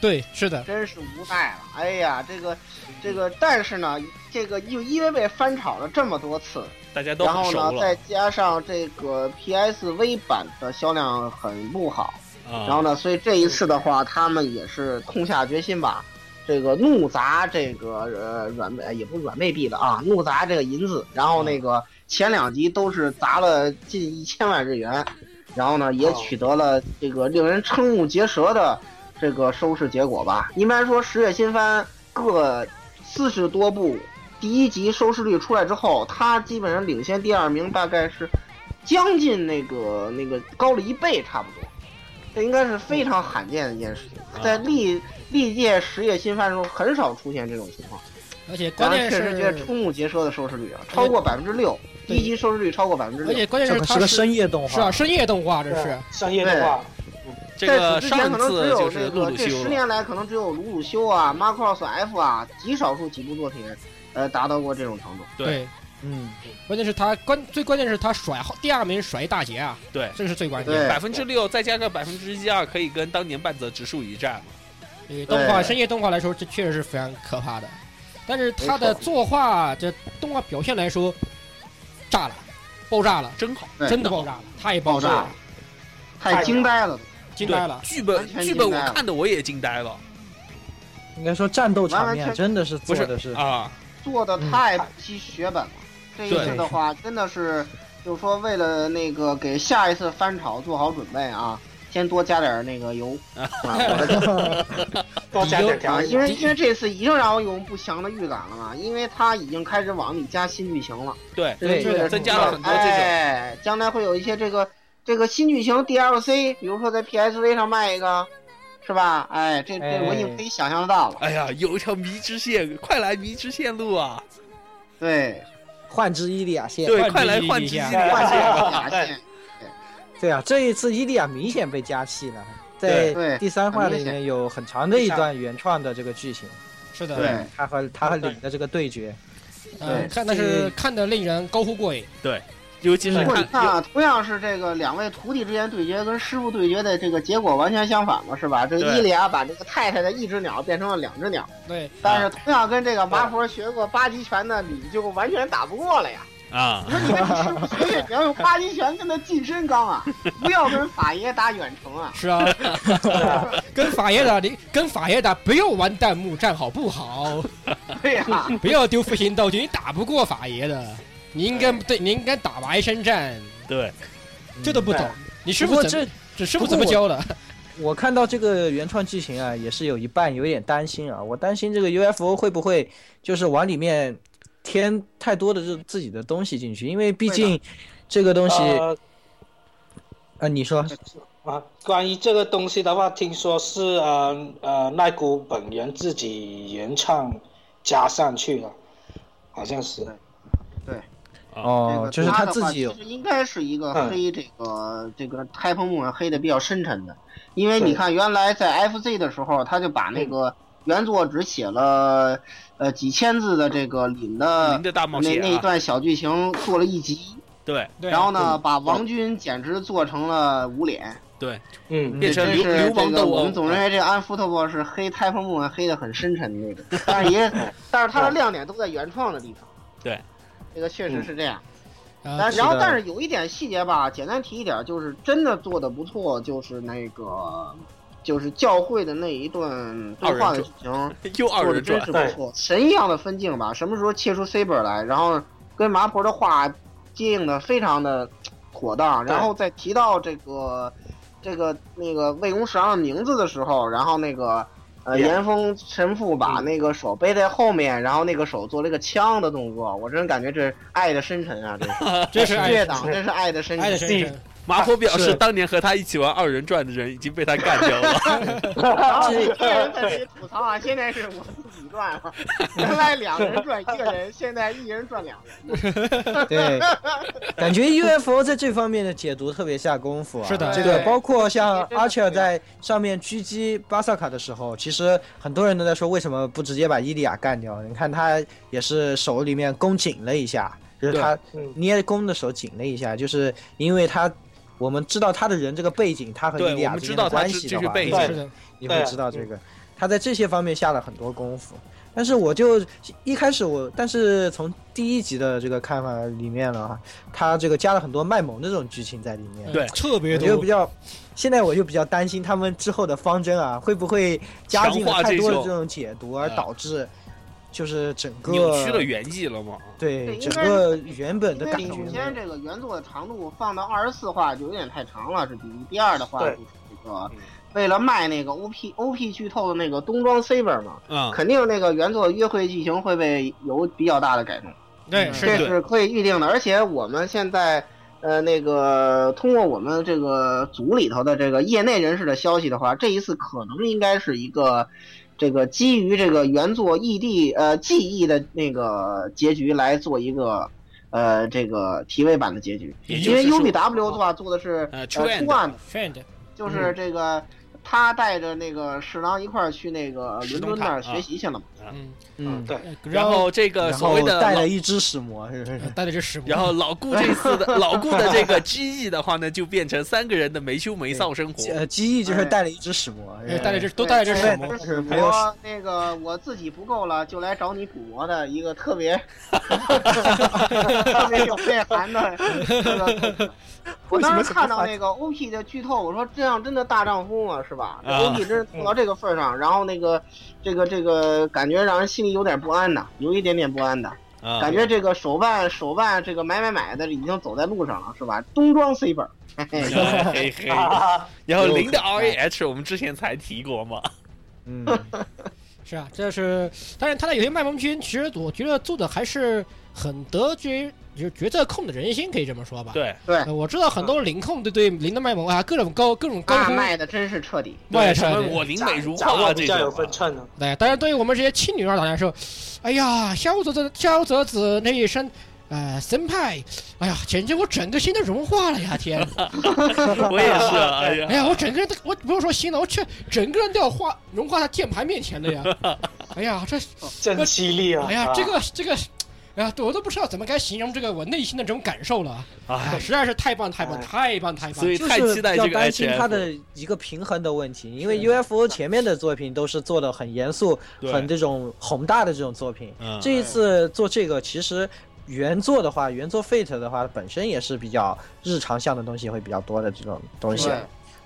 Speaker 2: 对，是的，
Speaker 3: 真是无奈了。哎呀，这个这个，但是呢，这个因因为被翻炒了这么多次，
Speaker 1: 大家都
Speaker 3: 然
Speaker 1: 很
Speaker 3: 后
Speaker 1: 熟
Speaker 3: 呢，
Speaker 1: 了
Speaker 3: 再加上这个 PSV 版的销量很不好。然后
Speaker 1: 啊，
Speaker 3: 呢，所以这一次的话，他们也是痛下决心吧，这个怒砸这个呃软妹呃也不是软妹币的啊，怒砸这个银子，然后那个前两集都是砸了近一千万日元，然后呢也取得了这个令人瞠目结舌的这个收视结果吧。应该说十月新番各四十多部，第一集收视率出来之后，它基本上领先第二名，大概是将近那个那个高了一倍差不多。这应该是非常罕见的一件事情，在历历届十月新番中很少出现这种情况。
Speaker 2: 而且
Speaker 3: 然
Speaker 2: 关
Speaker 3: 后
Speaker 2: 键
Speaker 3: 确实觉得瞠
Speaker 2: 是，
Speaker 3: 目结舌的收视率啊，超过百分之六，第
Speaker 2: 对
Speaker 3: 一集收视率超过百分之
Speaker 2: 而
Speaker 3: 六。
Speaker 2: 且关键
Speaker 5: 这
Speaker 2: 是
Speaker 5: 可
Speaker 2: 它
Speaker 5: 是个深夜动
Speaker 2: 是
Speaker 5: 画
Speaker 2: 啊，，深夜动画这是
Speaker 4: 对。商业的话，
Speaker 1: 这
Speaker 3: 在
Speaker 1: 个
Speaker 3: 此之前
Speaker 1: 上
Speaker 3: 可能只
Speaker 1: 次
Speaker 3: 有
Speaker 1: 就是
Speaker 3: 这
Speaker 1: 露
Speaker 3: 个
Speaker 1: 露
Speaker 3: 这
Speaker 1: 修
Speaker 3: 十
Speaker 1: 了
Speaker 3: 年来可能只有鲁鲁修啊、Macross F 啊极少数几部作品，呃，达到过这种程度。
Speaker 1: 对
Speaker 2: 对，
Speaker 5: 嗯，
Speaker 2: 关键是他关最关键是他甩后第二名甩一大截啊，
Speaker 1: 对
Speaker 2: 这个是最关键
Speaker 3: 对
Speaker 2: 的。
Speaker 1: 百分之六，再加个百分之一啊二，可以跟当年半泽直树一战嘛？
Speaker 2: 对动画
Speaker 3: 对
Speaker 2: 深夜动画来说，这确实是非常可怕的。但是他的
Speaker 3: 没错
Speaker 2: 作画这动画表现来说，炸了，爆炸了，
Speaker 1: 真好，
Speaker 3: 对
Speaker 2: 真的爆炸了，太爆
Speaker 3: 爆炸
Speaker 2: 了
Speaker 3: 了，太惊呆了，
Speaker 2: 惊呆
Speaker 1: 对
Speaker 2: 了。
Speaker 1: 剧
Speaker 3: 完
Speaker 1: 本
Speaker 3: 全
Speaker 1: 剧本
Speaker 3: 惊呆
Speaker 1: 我
Speaker 3: 了
Speaker 1: 看的我也惊呆了，
Speaker 5: 应该说战斗场
Speaker 3: 完完
Speaker 5: 面
Speaker 3: 全
Speaker 5: 真的是
Speaker 1: 不
Speaker 5: 做
Speaker 1: 是
Speaker 5: 的是
Speaker 1: 啊，
Speaker 3: 做的太不惜血本了。这一次
Speaker 5: 对
Speaker 3: 的话，真的是就是说为了那个给下一次翻炒做好准备啊，先多加点那个油啊，我的
Speaker 4: 多加点调
Speaker 3: 啊，
Speaker 4: 料
Speaker 3: 因为因为这次已经让我有不祥的预感了嘛，因为他已经开始往里加新剧情了，
Speaker 1: 对，
Speaker 5: 对
Speaker 3: 这个
Speaker 1: 增加了很多这种
Speaker 3: 哎，将来会有一些这个这个新剧情 DLC，比如说在 PSV 上卖一个，是吧？哎，这这
Speaker 5: 哎
Speaker 3: 我已经可以想象得到了，
Speaker 1: 哎呀，有一条迷之线，快来迷之线路啊！
Speaker 3: 对，
Speaker 5: 幻之伊利亚线。
Speaker 1: 对，
Speaker 2: 换
Speaker 1: 快来
Speaker 2: 之一
Speaker 1: 换
Speaker 2: 一
Speaker 1: 之
Speaker 2: 下
Speaker 1: 系列
Speaker 3: 换
Speaker 1: 路
Speaker 3: 这
Speaker 1: 线
Speaker 3: 个
Speaker 1: 吧！
Speaker 3: 假线，
Speaker 5: 对啊，这一次伊利亚明显被加戏了，
Speaker 1: 对
Speaker 5: 在
Speaker 3: 对
Speaker 5: 第三话里
Speaker 3: 很明
Speaker 5: 面有很长的一段原创的这个剧情，
Speaker 2: 是的，
Speaker 3: 对，
Speaker 5: 他和他和李的这个对决，
Speaker 2: 嗯，
Speaker 3: 对
Speaker 2: 看但是看的令人高呼过瘾。
Speaker 1: 尤其是
Speaker 3: 不过你看
Speaker 1: 看，
Speaker 3: 啊，同样是这个两位徒弟之间对决，跟师傅对决的这个结果完全相反嘛，是吧？这个
Speaker 1: 对
Speaker 3: 伊利亚把这个太太的一只鸟变成了两只鸟，
Speaker 2: 对，
Speaker 3: 但是同样跟这个麻婆学过八极拳的你就完全打不过了呀。
Speaker 1: 啊
Speaker 3: 我，说你跟你师傅学学，你要用八极拳跟他近身刚啊，不要跟法爷打远程啊。
Speaker 2: 是 啊，跟法爷打，你跟法爷打，不要玩弹幕战好不好？
Speaker 3: 对呀、
Speaker 2: 不要丢复兴道具，你打不过法爷的。你应该对，你应该打埋身战，
Speaker 1: 对，
Speaker 2: 嗯这都不懂
Speaker 4: 对。
Speaker 2: 你师
Speaker 5: 嗯不
Speaker 2: 傅
Speaker 5: 过
Speaker 2: 怎么
Speaker 5: 这
Speaker 2: 这师傅
Speaker 5: 不
Speaker 2: 怎
Speaker 5: 过
Speaker 2: 么
Speaker 5: 我
Speaker 2: 教的？
Speaker 5: 我看到这个原创剧情啊，也是有一半有点担心啊，我担心这个 UFO 会不会就是往里面添太多的这自己的东西进去，因为毕竟这个东西，
Speaker 4: 呃
Speaker 5: 呃，你说
Speaker 4: 啊，关于这个东西的话，听说是呃呃奈古本人自己原唱加上去了，好像是。
Speaker 5: 哦，
Speaker 3: 这
Speaker 5: 就
Speaker 3: 个他
Speaker 5: 是他
Speaker 3: 的
Speaker 5: 自
Speaker 3: 话
Speaker 5: 己有
Speaker 3: 其实应该是一个黑这个这个开蓬幕黑的比较深沉的，因为你看原来在 FC 的时候，他就把那个原作只写了呃几千字的这个凛的
Speaker 1: 您的大冒
Speaker 3: 那
Speaker 1: 险
Speaker 3: 那一
Speaker 1: 啊，
Speaker 3: 段小剧情做了一集，
Speaker 1: 对
Speaker 2: 对
Speaker 3: 然后呢把王军简直做成了捂脸，
Speaker 1: 对，
Speaker 4: 嗯，
Speaker 1: 变成
Speaker 3: 这
Speaker 1: 流
Speaker 3: 是
Speaker 1: 流氓
Speaker 3: 这个
Speaker 1: 斗
Speaker 3: 我
Speaker 1: 殴
Speaker 3: 们，总认为这个安福特博是黑开蓬幕黑的很深沉的那种，但是也但是他的亮点都在原创的地方。
Speaker 1: 对，
Speaker 3: 这个确实是这样。
Speaker 2: 啊
Speaker 3: 但，呃然后
Speaker 5: 是，的
Speaker 3: 但是有一点细节吧，简单提一点，就是真的做的不错，就是那个，就是教会的那一段对话的剧情
Speaker 1: 又二
Speaker 3: 做的
Speaker 1: 人
Speaker 3: 真
Speaker 1: 转哎
Speaker 3: 是不错，神一样的分镜吧，什么时候切出 Saber 来，然后跟麻婆的话接应的非常的妥当，然后再提到这个。这个那个魏公十郎的名字的时候，然后那个呃
Speaker 4: Yeah
Speaker 3: 岩风神父把那个手背在后面，然后那个手做了一个枪的动作，我真感觉这是爱的深沉啊！这
Speaker 2: 这
Speaker 3: 是
Speaker 2: 是爱
Speaker 3: 越
Speaker 2: 的
Speaker 3: 党，真是爱的深
Speaker 2: 爱的
Speaker 3: 沉。
Speaker 2: 深沉。
Speaker 1: 马虎表示，
Speaker 5: 是
Speaker 1: 当年和他一起玩二人转的人已经被他干掉 了。
Speaker 3: 然后一个人在那里吐槽啊，现在是我自己赚了，原来两人赚一个人，现在一人赚两人。
Speaker 5: 对，感觉 UFO 在这方面的解读特别下功夫啊。
Speaker 2: 是的
Speaker 5: 这个
Speaker 3: 对
Speaker 5: 包括像
Speaker 3: 对
Speaker 5: 阿切尔在上面狙击巴萨卡的时候，其实很多人都在说为什么不直接把伊利亚干掉？你看他也是手里面弓紧了一下，就是
Speaker 1: 对
Speaker 5: 他
Speaker 4: 嗯
Speaker 5: 捏弓的手紧了一下，就是因为他。我们知道他的人这个背景，他和伊
Speaker 1: 对
Speaker 5: 利
Speaker 1: 我
Speaker 5: 亚
Speaker 1: 们知
Speaker 5: 之间
Speaker 1: 道
Speaker 5: 的
Speaker 1: 他
Speaker 5: 关
Speaker 1: 这
Speaker 5: 系
Speaker 1: 这
Speaker 5: 的
Speaker 1: 是
Speaker 5: 话，
Speaker 1: 背
Speaker 5: 你
Speaker 1: 景
Speaker 5: 会
Speaker 2: 是的，
Speaker 5: 你会
Speaker 4: 对
Speaker 5: 知道这
Speaker 1: 嗯
Speaker 5: 个。他在这些方面下了很多功夫，但是我就一开始我，但是从第一集的这个看法里面了哈，他这个加了很多卖萌的这种剧情在里面，
Speaker 1: 对
Speaker 2: 嗯特别
Speaker 5: 我就
Speaker 2: 多
Speaker 5: 比。较，现在我就比较担心他们之后的方针啊，会不会加进
Speaker 1: 强化
Speaker 5: 了太多
Speaker 1: 这
Speaker 5: 的
Speaker 1: 种
Speaker 5: 这种解读，而
Speaker 1: 呃
Speaker 5: 导致就是整个
Speaker 1: 扭曲了原意了嘛？
Speaker 5: 对
Speaker 3: 对应
Speaker 5: 整
Speaker 3: 该
Speaker 5: 个原本的
Speaker 3: 因
Speaker 5: 感
Speaker 3: 为
Speaker 5: 觉
Speaker 3: 首
Speaker 5: 没
Speaker 3: 先
Speaker 5: 有。
Speaker 3: 这个原作的长度放到二十四话就有点太长了，这第一。第二的话就
Speaker 4: 对
Speaker 3: 是这个，为了卖那个 OP OP 剧透的那个东装 Saber 嘛，
Speaker 1: 嗯，
Speaker 3: 肯定那个原作的约会剧情会被有比较大的改动，
Speaker 1: 嗯
Speaker 2: 对，是
Speaker 3: 这
Speaker 2: 的，
Speaker 3: 是可以预定的。而且我们现在。呃，那个通过我们这个组里头的这个业内人士的消息的话，这一次可能应该是一个，这个基于这个原作异地呃记忆的那个结局来做一个，呃，这个体位版的结局。
Speaker 1: 也
Speaker 3: 因
Speaker 1: 就是
Speaker 3: 为
Speaker 1: 说
Speaker 3: UBW 的话做的是
Speaker 1: 呃嗯
Speaker 3: 初
Speaker 1: Trend
Speaker 3: 案，
Speaker 2: friend，
Speaker 3: 就是这个他带着那个侍郎一块儿去那个
Speaker 1: 石
Speaker 3: 伦
Speaker 1: 东
Speaker 3: 敦
Speaker 1: 塔
Speaker 3: 那儿
Speaker 1: 啊
Speaker 3: 学习去了嘛。
Speaker 5: 嗯
Speaker 4: 嗯，
Speaker 5: 嗯，
Speaker 4: 对，
Speaker 2: 呃
Speaker 1: 然后这个
Speaker 5: 然
Speaker 1: 所
Speaker 5: 后
Speaker 1: 谓的
Speaker 5: 带
Speaker 1: 老嗯
Speaker 5: 了一只使魔，是不是？
Speaker 2: 带了这十五，
Speaker 1: 然后老顾这 次的老顾的这个 GE 的话呢，就变成三个人的没羞没臊生 活。
Speaker 5: 呃，机翼
Speaker 1: 哎
Speaker 5: 就是带了一只使魔，
Speaker 2: 呃
Speaker 5: 是吧
Speaker 2: 带了这都带了这
Speaker 5: 对
Speaker 2: 十
Speaker 5: 对
Speaker 2: 五，
Speaker 5: 是没有
Speaker 3: 我那个我自己不够了，就来找你补魔的一个特 别特别有内涵的这 个。我当时看到那个 OP 的剧透，我说这样真的大丈夫吗？是吧？这
Speaker 1: 啊
Speaker 3: OP 真是做到这个份儿上，然后那个这个这个感觉让人心里有点不安的，有一点点不安的
Speaker 1: 啊
Speaker 3: 感觉。这个手办手办这个买买买的已经走在路上了，是吧？东装 C 本，嘿嘿。
Speaker 1: 嘿嘿，然后零的 RAH 我们之前才提过嘛，
Speaker 5: 嗯，
Speaker 2: 是啊，这是，但是他的有些卖萌剧情，其实我觉得做的还是很得决，就是决策控的人心，可以这么说吧。
Speaker 1: 对，
Speaker 2: 呃，我知道很多零控对对零的卖萌啊，各种高各种高
Speaker 3: 那
Speaker 2: 呼，
Speaker 3: 卖的真是彻底，
Speaker 2: 卖出
Speaker 1: 什
Speaker 2: 来
Speaker 1: 么
Speaker 2: 的
Speaker 1: 我灵美如
Speaker 4: 掌
Speaker 1: 画
Speaker 4: 握
Speaker 1: 这
Speaker 4: 比较有
Speaker 1: 种啊
Speaker 4: 分寸的，
Speaker 2: 对，哎当然对于我们这些青女儿党来说，哎呀，萧泽泽萧泽子那一身，呃，森派，哎呀，简直我整个心都融化了呀！天，
Speaker 1: 啊，我也是啊，哎
Speaker 2: 哎
Speaker 1: 呀，
Speaker 2: 呀，我整个人都，我不用说心了，我去，整个人都要化融化在键盘面前的呀！ 哎呀，这，
Speaker 4: 真犀利啊！
Speaker 2: 哎呀
Speaker 4: 啊，
Speaker 2: 这个这个，哎呀，我都不知道怎么该形容这个我内心的这种感受了，哎，
Speaker 1: 哎，
Speaker 2: 实在是太棒太棒
Speaker 4: 哎
Speaker 2: 太棒太棒
Speaker 1: 所！以
Speaker 5: 就
Speaker 1: 太
Speaker 5: 是
Speaker 1: 期
Speaker 5: 比
Speaker 1: 待这
Speaker 5: 较
Speaker 1: 个
Speaker 5: 担心
Speaker 1: HF
Speaker 5: 它的一个平衡的问题，因为
Speaker 2: 是
Speaker 5: UFO 前面的作品都是做的很严肃、
Speaker 1: 对
Speaker 5: 很这种宏大的这种作品，
Speaker 1: 嗯
Speaker 5: 这一次做这个其实。原作的话，原作 Fate 的话，本身也是比较日常向的东西会比较多的这种东西，
Speaker 3: 对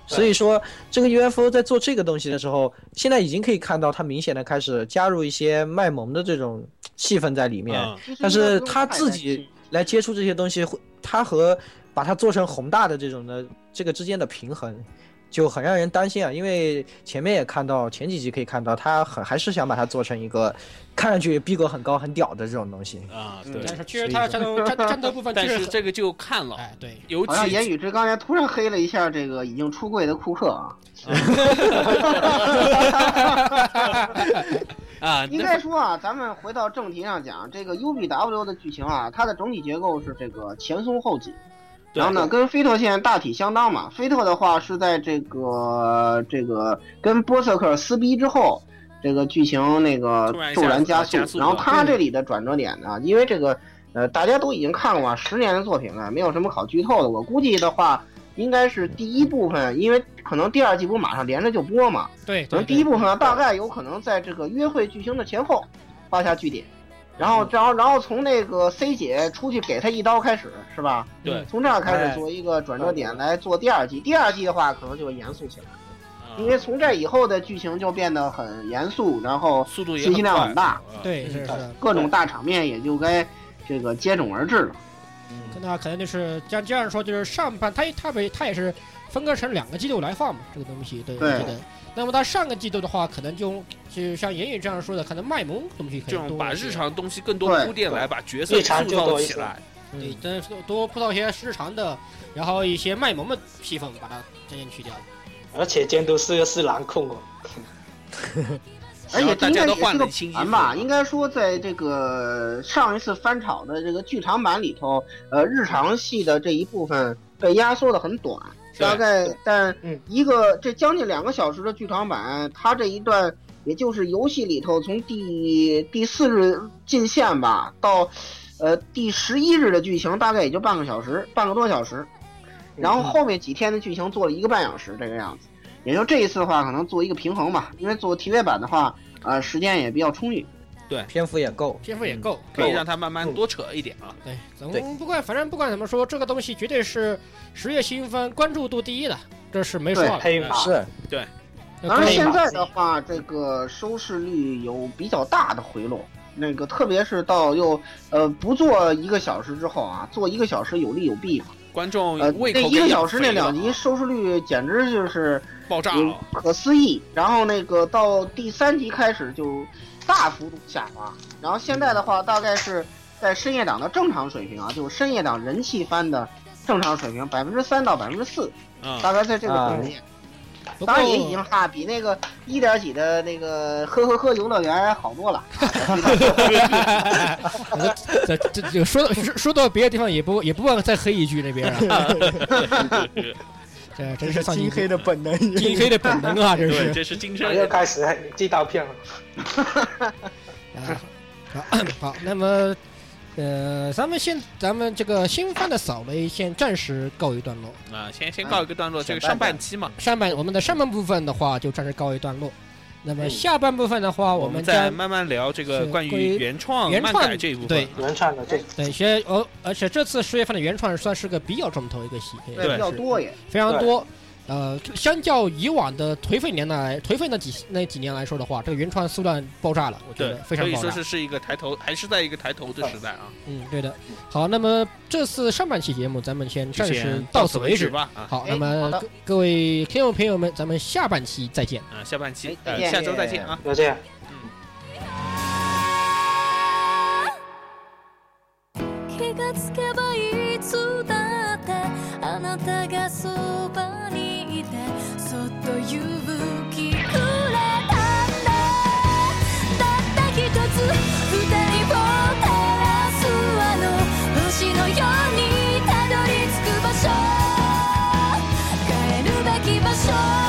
Speaker 5: 所以说这个 UFO 在做这个东西的时候，现在已经可以看到它明显的开始加入一些卖萌的这种气氛在里面，
Speaker 1: 嗯
Speaker 3: 其实应
Speaker 5: 但
Speaker 3: 该
Speaker 5: 是
Speaker 3: 不用
Speaker 5: 他
Speaker 3: 太
Speaker 5: 自
Speaker 3: 担
Speaker 5: 己
Speaker 3: 心
Speaker 5: 来接触这些东西，会他和把它做成宏大的这种的这个之间的平衡，就很让人担心啊。因为前面也看到前几集可以看到，他很还是想把它做成一个看上去逼格很高、很屌的这种东西。
Speaker 1: 啊，
Speaker 3: 嗯
Speaker 1: 对
Speaker 2: 但，是其实他的战斗战战斗部分
Speaker 1: 但
Speaker 2: 确
Speaker 1: 是
Speaker 2: 实，
Speaker 1: 这个就看了，
Speaker 2: 哎，对，
Speaker 1: 尤
Speaker 3: 好像
Speaker 1: 其
Speaker 3: 言语之刚才突然黑了一下这个已经出柜的库克啊，
Speaker 1: 啊，
Speaker 3: 应
Speaker 1: 那
Speaker 3: 该说啊，咱们回到正题上讲，这个 UBW 的剧情啊，它的整体结构是这个前松后紧，
Speaker 1: 对
Speaker 3: 然后呢，跟菲特线大体相当嘛。菲特的话是在这个这个跟波瑟克撕逼之后，这个剧情那个
Speaker 1: 突然一下
Speaker 3: 骤然加
Speaker 1: 加速了嗯
Speaker 3: 然后他这里的转折点呢，因为这个呃大家都已经看过啊十年的作品了，没有什么好剧透的。我估计的话。应该是第一部分，因为可能第二季不马上连着就播嘛，
Speaker 2: 对，
Speaker 3: 可
Speaker 2: 对
Speaker 3: 能第一
Speaker 2: 对，
Speaker 3: 部分啊大概有可能在这个约会剧情的前后画下句点，然后，然后，然后从那个 C 姐出去给他一刀开始，是吧？
Speaker 1: 对，
Speaker 3: 从这儿开始做一个转折点来做第二季。第二季的话，可能就会严肃起来，因
Speaker 1: 嗯
Speaker 3: 为从这以后的剧情就变得很严肃，然后
Speaker 1: 速度也
Speaker 3: 信息量
Speaker 1: 快
Speaker 3: 很大，
Speaker 1: 嗯
Speaker 2: 对，是是的，
Speaker 3: 各种大场面也就该这个接踵而至了。
Speaker 4: 嗯
Speaker 2: 可那可能就是像这样说，就是上半它它被它也是分割成两个季度来放嘛，这个东西对
Speaker 3: 对
Speaker 2: 我觉得。那么它上个季度的话，可能就就像言语这样说的，可能卖萌东西可
Speaker 1: 这
Speaker 2: 能
Speaker 1: 种
Speaker 2: 多
Speaker 1: 把
Speaker 2: 一些
Speaker 1: 日常东西更多的
Speaker 3: 对
Speaker 1: 铺垫来，把角色
Speaker 4: 日常
Speaker 1: 塑
Speaker 4: 就
Speaker 1: 造
Speaker 4: 多一
Speaker 1: 起
Speaker 4: 些
Speaker 1: 来。
Speaker 2: 嗯对，真是多铺到一些日常的，然后一些卖萌的戏份把它渐渐去掉。
Speaker 4: 而且监督是个是蓝控哦，
Speaker 3: 而
Speaker 1: 然后
Speaker 3: 且
Speaker 1: 大
Speaker 3: 应
Speaker 1: 家
Speaker 3: 该
Speaker 1: 都
Speaker 3: 也
Speaker 1: 换
Speaker 3: 是
Speaker 1: 了
Speaker 3: 个
Speaker 1: 新衣
Speaker 3: 盘
Speaker 1: 服
Speaker 3: 吧，应该说在这个上一次翻炒的这个剧场版里头，呃，日常系的这一部分被压缩的很短，
Speaker 1: 对
Speaker 3: 大概但
Speaker 4: 嗯
Speaker 3: 一个这将近两个小时的剧场版，它这一段也就是游戏里头从第第四日进线吧到，呃第十一日的剧情大概也就半个小时，半个多小时，然后后面几天的剧情做了一个半小时这个样子。也就这一次的话，可能做一个平衡吧，因为做体育版的话，呃，时间也比较充裕。
Speaker 5: 篇幅也够，
Speaker 2: 篇
Speaker 1: 嗯
Speaker 2: 幅也够，
Speaker 1: 可以让他慢慢多扯一点啊。
Speaker 2: 对，
Speaker 5: 对
Speaker 2: 总不管，反正不管怎么说，这个东西绝对是十月新番关注度第一的，这是没说
Speaker 3: 对
Speaker 2: 了。
Speaker 4: 黑马
Speaker 5: 是
Speaker 2: 呃
Speaker 3: 当然，
Speaker 2: 可以
Speaker 3: 现在的话，这个收视率有比较大的回落。那个，特别是到又呃不做一个小时之后啊，做一个小时有利有弊嘛。
Speaker 1: 观众
Speaker 3: 呃，
Speaker 1: 胃
Speaker 3: 那
Speaker 1: 口
Speaker 3: 一
Speaker 1: 给
Speaker 3: 个
Speaker 1: 养
Speaker 3: 小时那
Speaker 1: 肥了
Speaker 3: 两集
Speaker 1: 啊
Speaker 3: 收视率简直就是
Speaker 1: 爆炸
Speaker 3: 嗯
Speaker 1: 了，
Speaker 3: 不可思议。然后那个到第三集开始就大幅度下滑，然后现在的话大概是在深夜档的正常水平啊，就是深夜档人气番的正常水平，百分之三到百分之四，
Speaker 1: 嗯，
Speaker 3: 大概在这个
Speaker 5: 啊
Speaker 3: 水平。
Speaker 2: 不
Speaker 3: 当然也已
Speaker 2: 过
Speaker 3: 经哈比那个一点几的那个呵呵呵游乐园好多了。
Speaker 2: 这这这说到说说到别的地方，也不也不忘再黑一句那边啊，这真是丧心
Speaker 5: 金黑的本能。
Speaker 2: 金黑的本能啊，这
Speaker 1: 对，
Speaker 2: 是。
Speaker 1: 这是今
Speaker 4: 然
Speaker 1: 生
Speaker 4: 后又开始哎寄刀片了。
Speaker 2: 啊，好，好，那么，呃，咱们先，咱们这个新番的扫雷先暂时告一段落。
Speaker 1: 啊，先先告一个段落，
Speaker 5: 嗯
Speaker 1: 这个
Speaker 5: 前
Speaker 1: 上
Speaker 5: 半
Speaker 1: 半期嘛，
Speaker 2: 上半我们的上半部分的话，就暂时告一段落。那么下半部分的话，
Speaker 1: 我
Speaker 2: 们
Speaker 1: 再
Speaker 2: 将
Speaker 1: 慢慢聊这个
Speaker 2: 是
Speaker 1: 关
Speaker 2: 关
Speaker 1: 于
Speaker 2: 于
Speaker 1: 原创
Speaker 2: 原
Speaker 1: 漫
Speaker 2: 创
Speaker 1: 改这一部分
Speaker 2: 对
Speaker 1: 啊。
Speaker 4: 原创的这
Speaker 2: 对，学而而且这次十月份的原创算是个比较重头一个戏，可以
Speaker 1: 对
Speaker 2: 说
Speaker 3: 比较
Speaker 2: 是
Speaker 3: 多也。
Speaker 2: 非常多。呃，相较以往的颓废年代、颓废那几那几年来说的话，这个原创数量爆炸了，我觉
Speaker 1: 对
Speaker 2: 得，非
Speaker 1: 可
Speaker 2: 常
Speaker 1: 以
Speaker 2: 爆
Speaker 1: 说
Speaker 2: 炸
Speaker 1: 是。是一个抬头，还是在一个抬头的时代啊。
Speaker 2: 嗯，对的。好，那么这次上半期节目咱们先
Speaker 1: 就
Speaker 2: 暂时
Speaker 1: 先
Speaker 2: 到
Speaker 1: 此
Speaker 2: 此为止
Speaker 1: 止。吧啊
Speaker 2: 好，
Speaker 3: 哎
Speaker 2: 那么
Speaker 3: 好的
Speaker 2: 各各位听众朋友们，咱们下半期再见。
Speaker 1: 啊，下半期
Speaker 3: 哎
Speaker 1: 呃
Speaker 3: 再见
Speaker 1: 下周再见啊。
Speaker 4: 就这样。
Speaker 6: 気がつけばいつだってあなたがそばにいてそっと勇気くれたんだたった一つ二人を照らすあの星のようにたどり着く場所帰るべき場所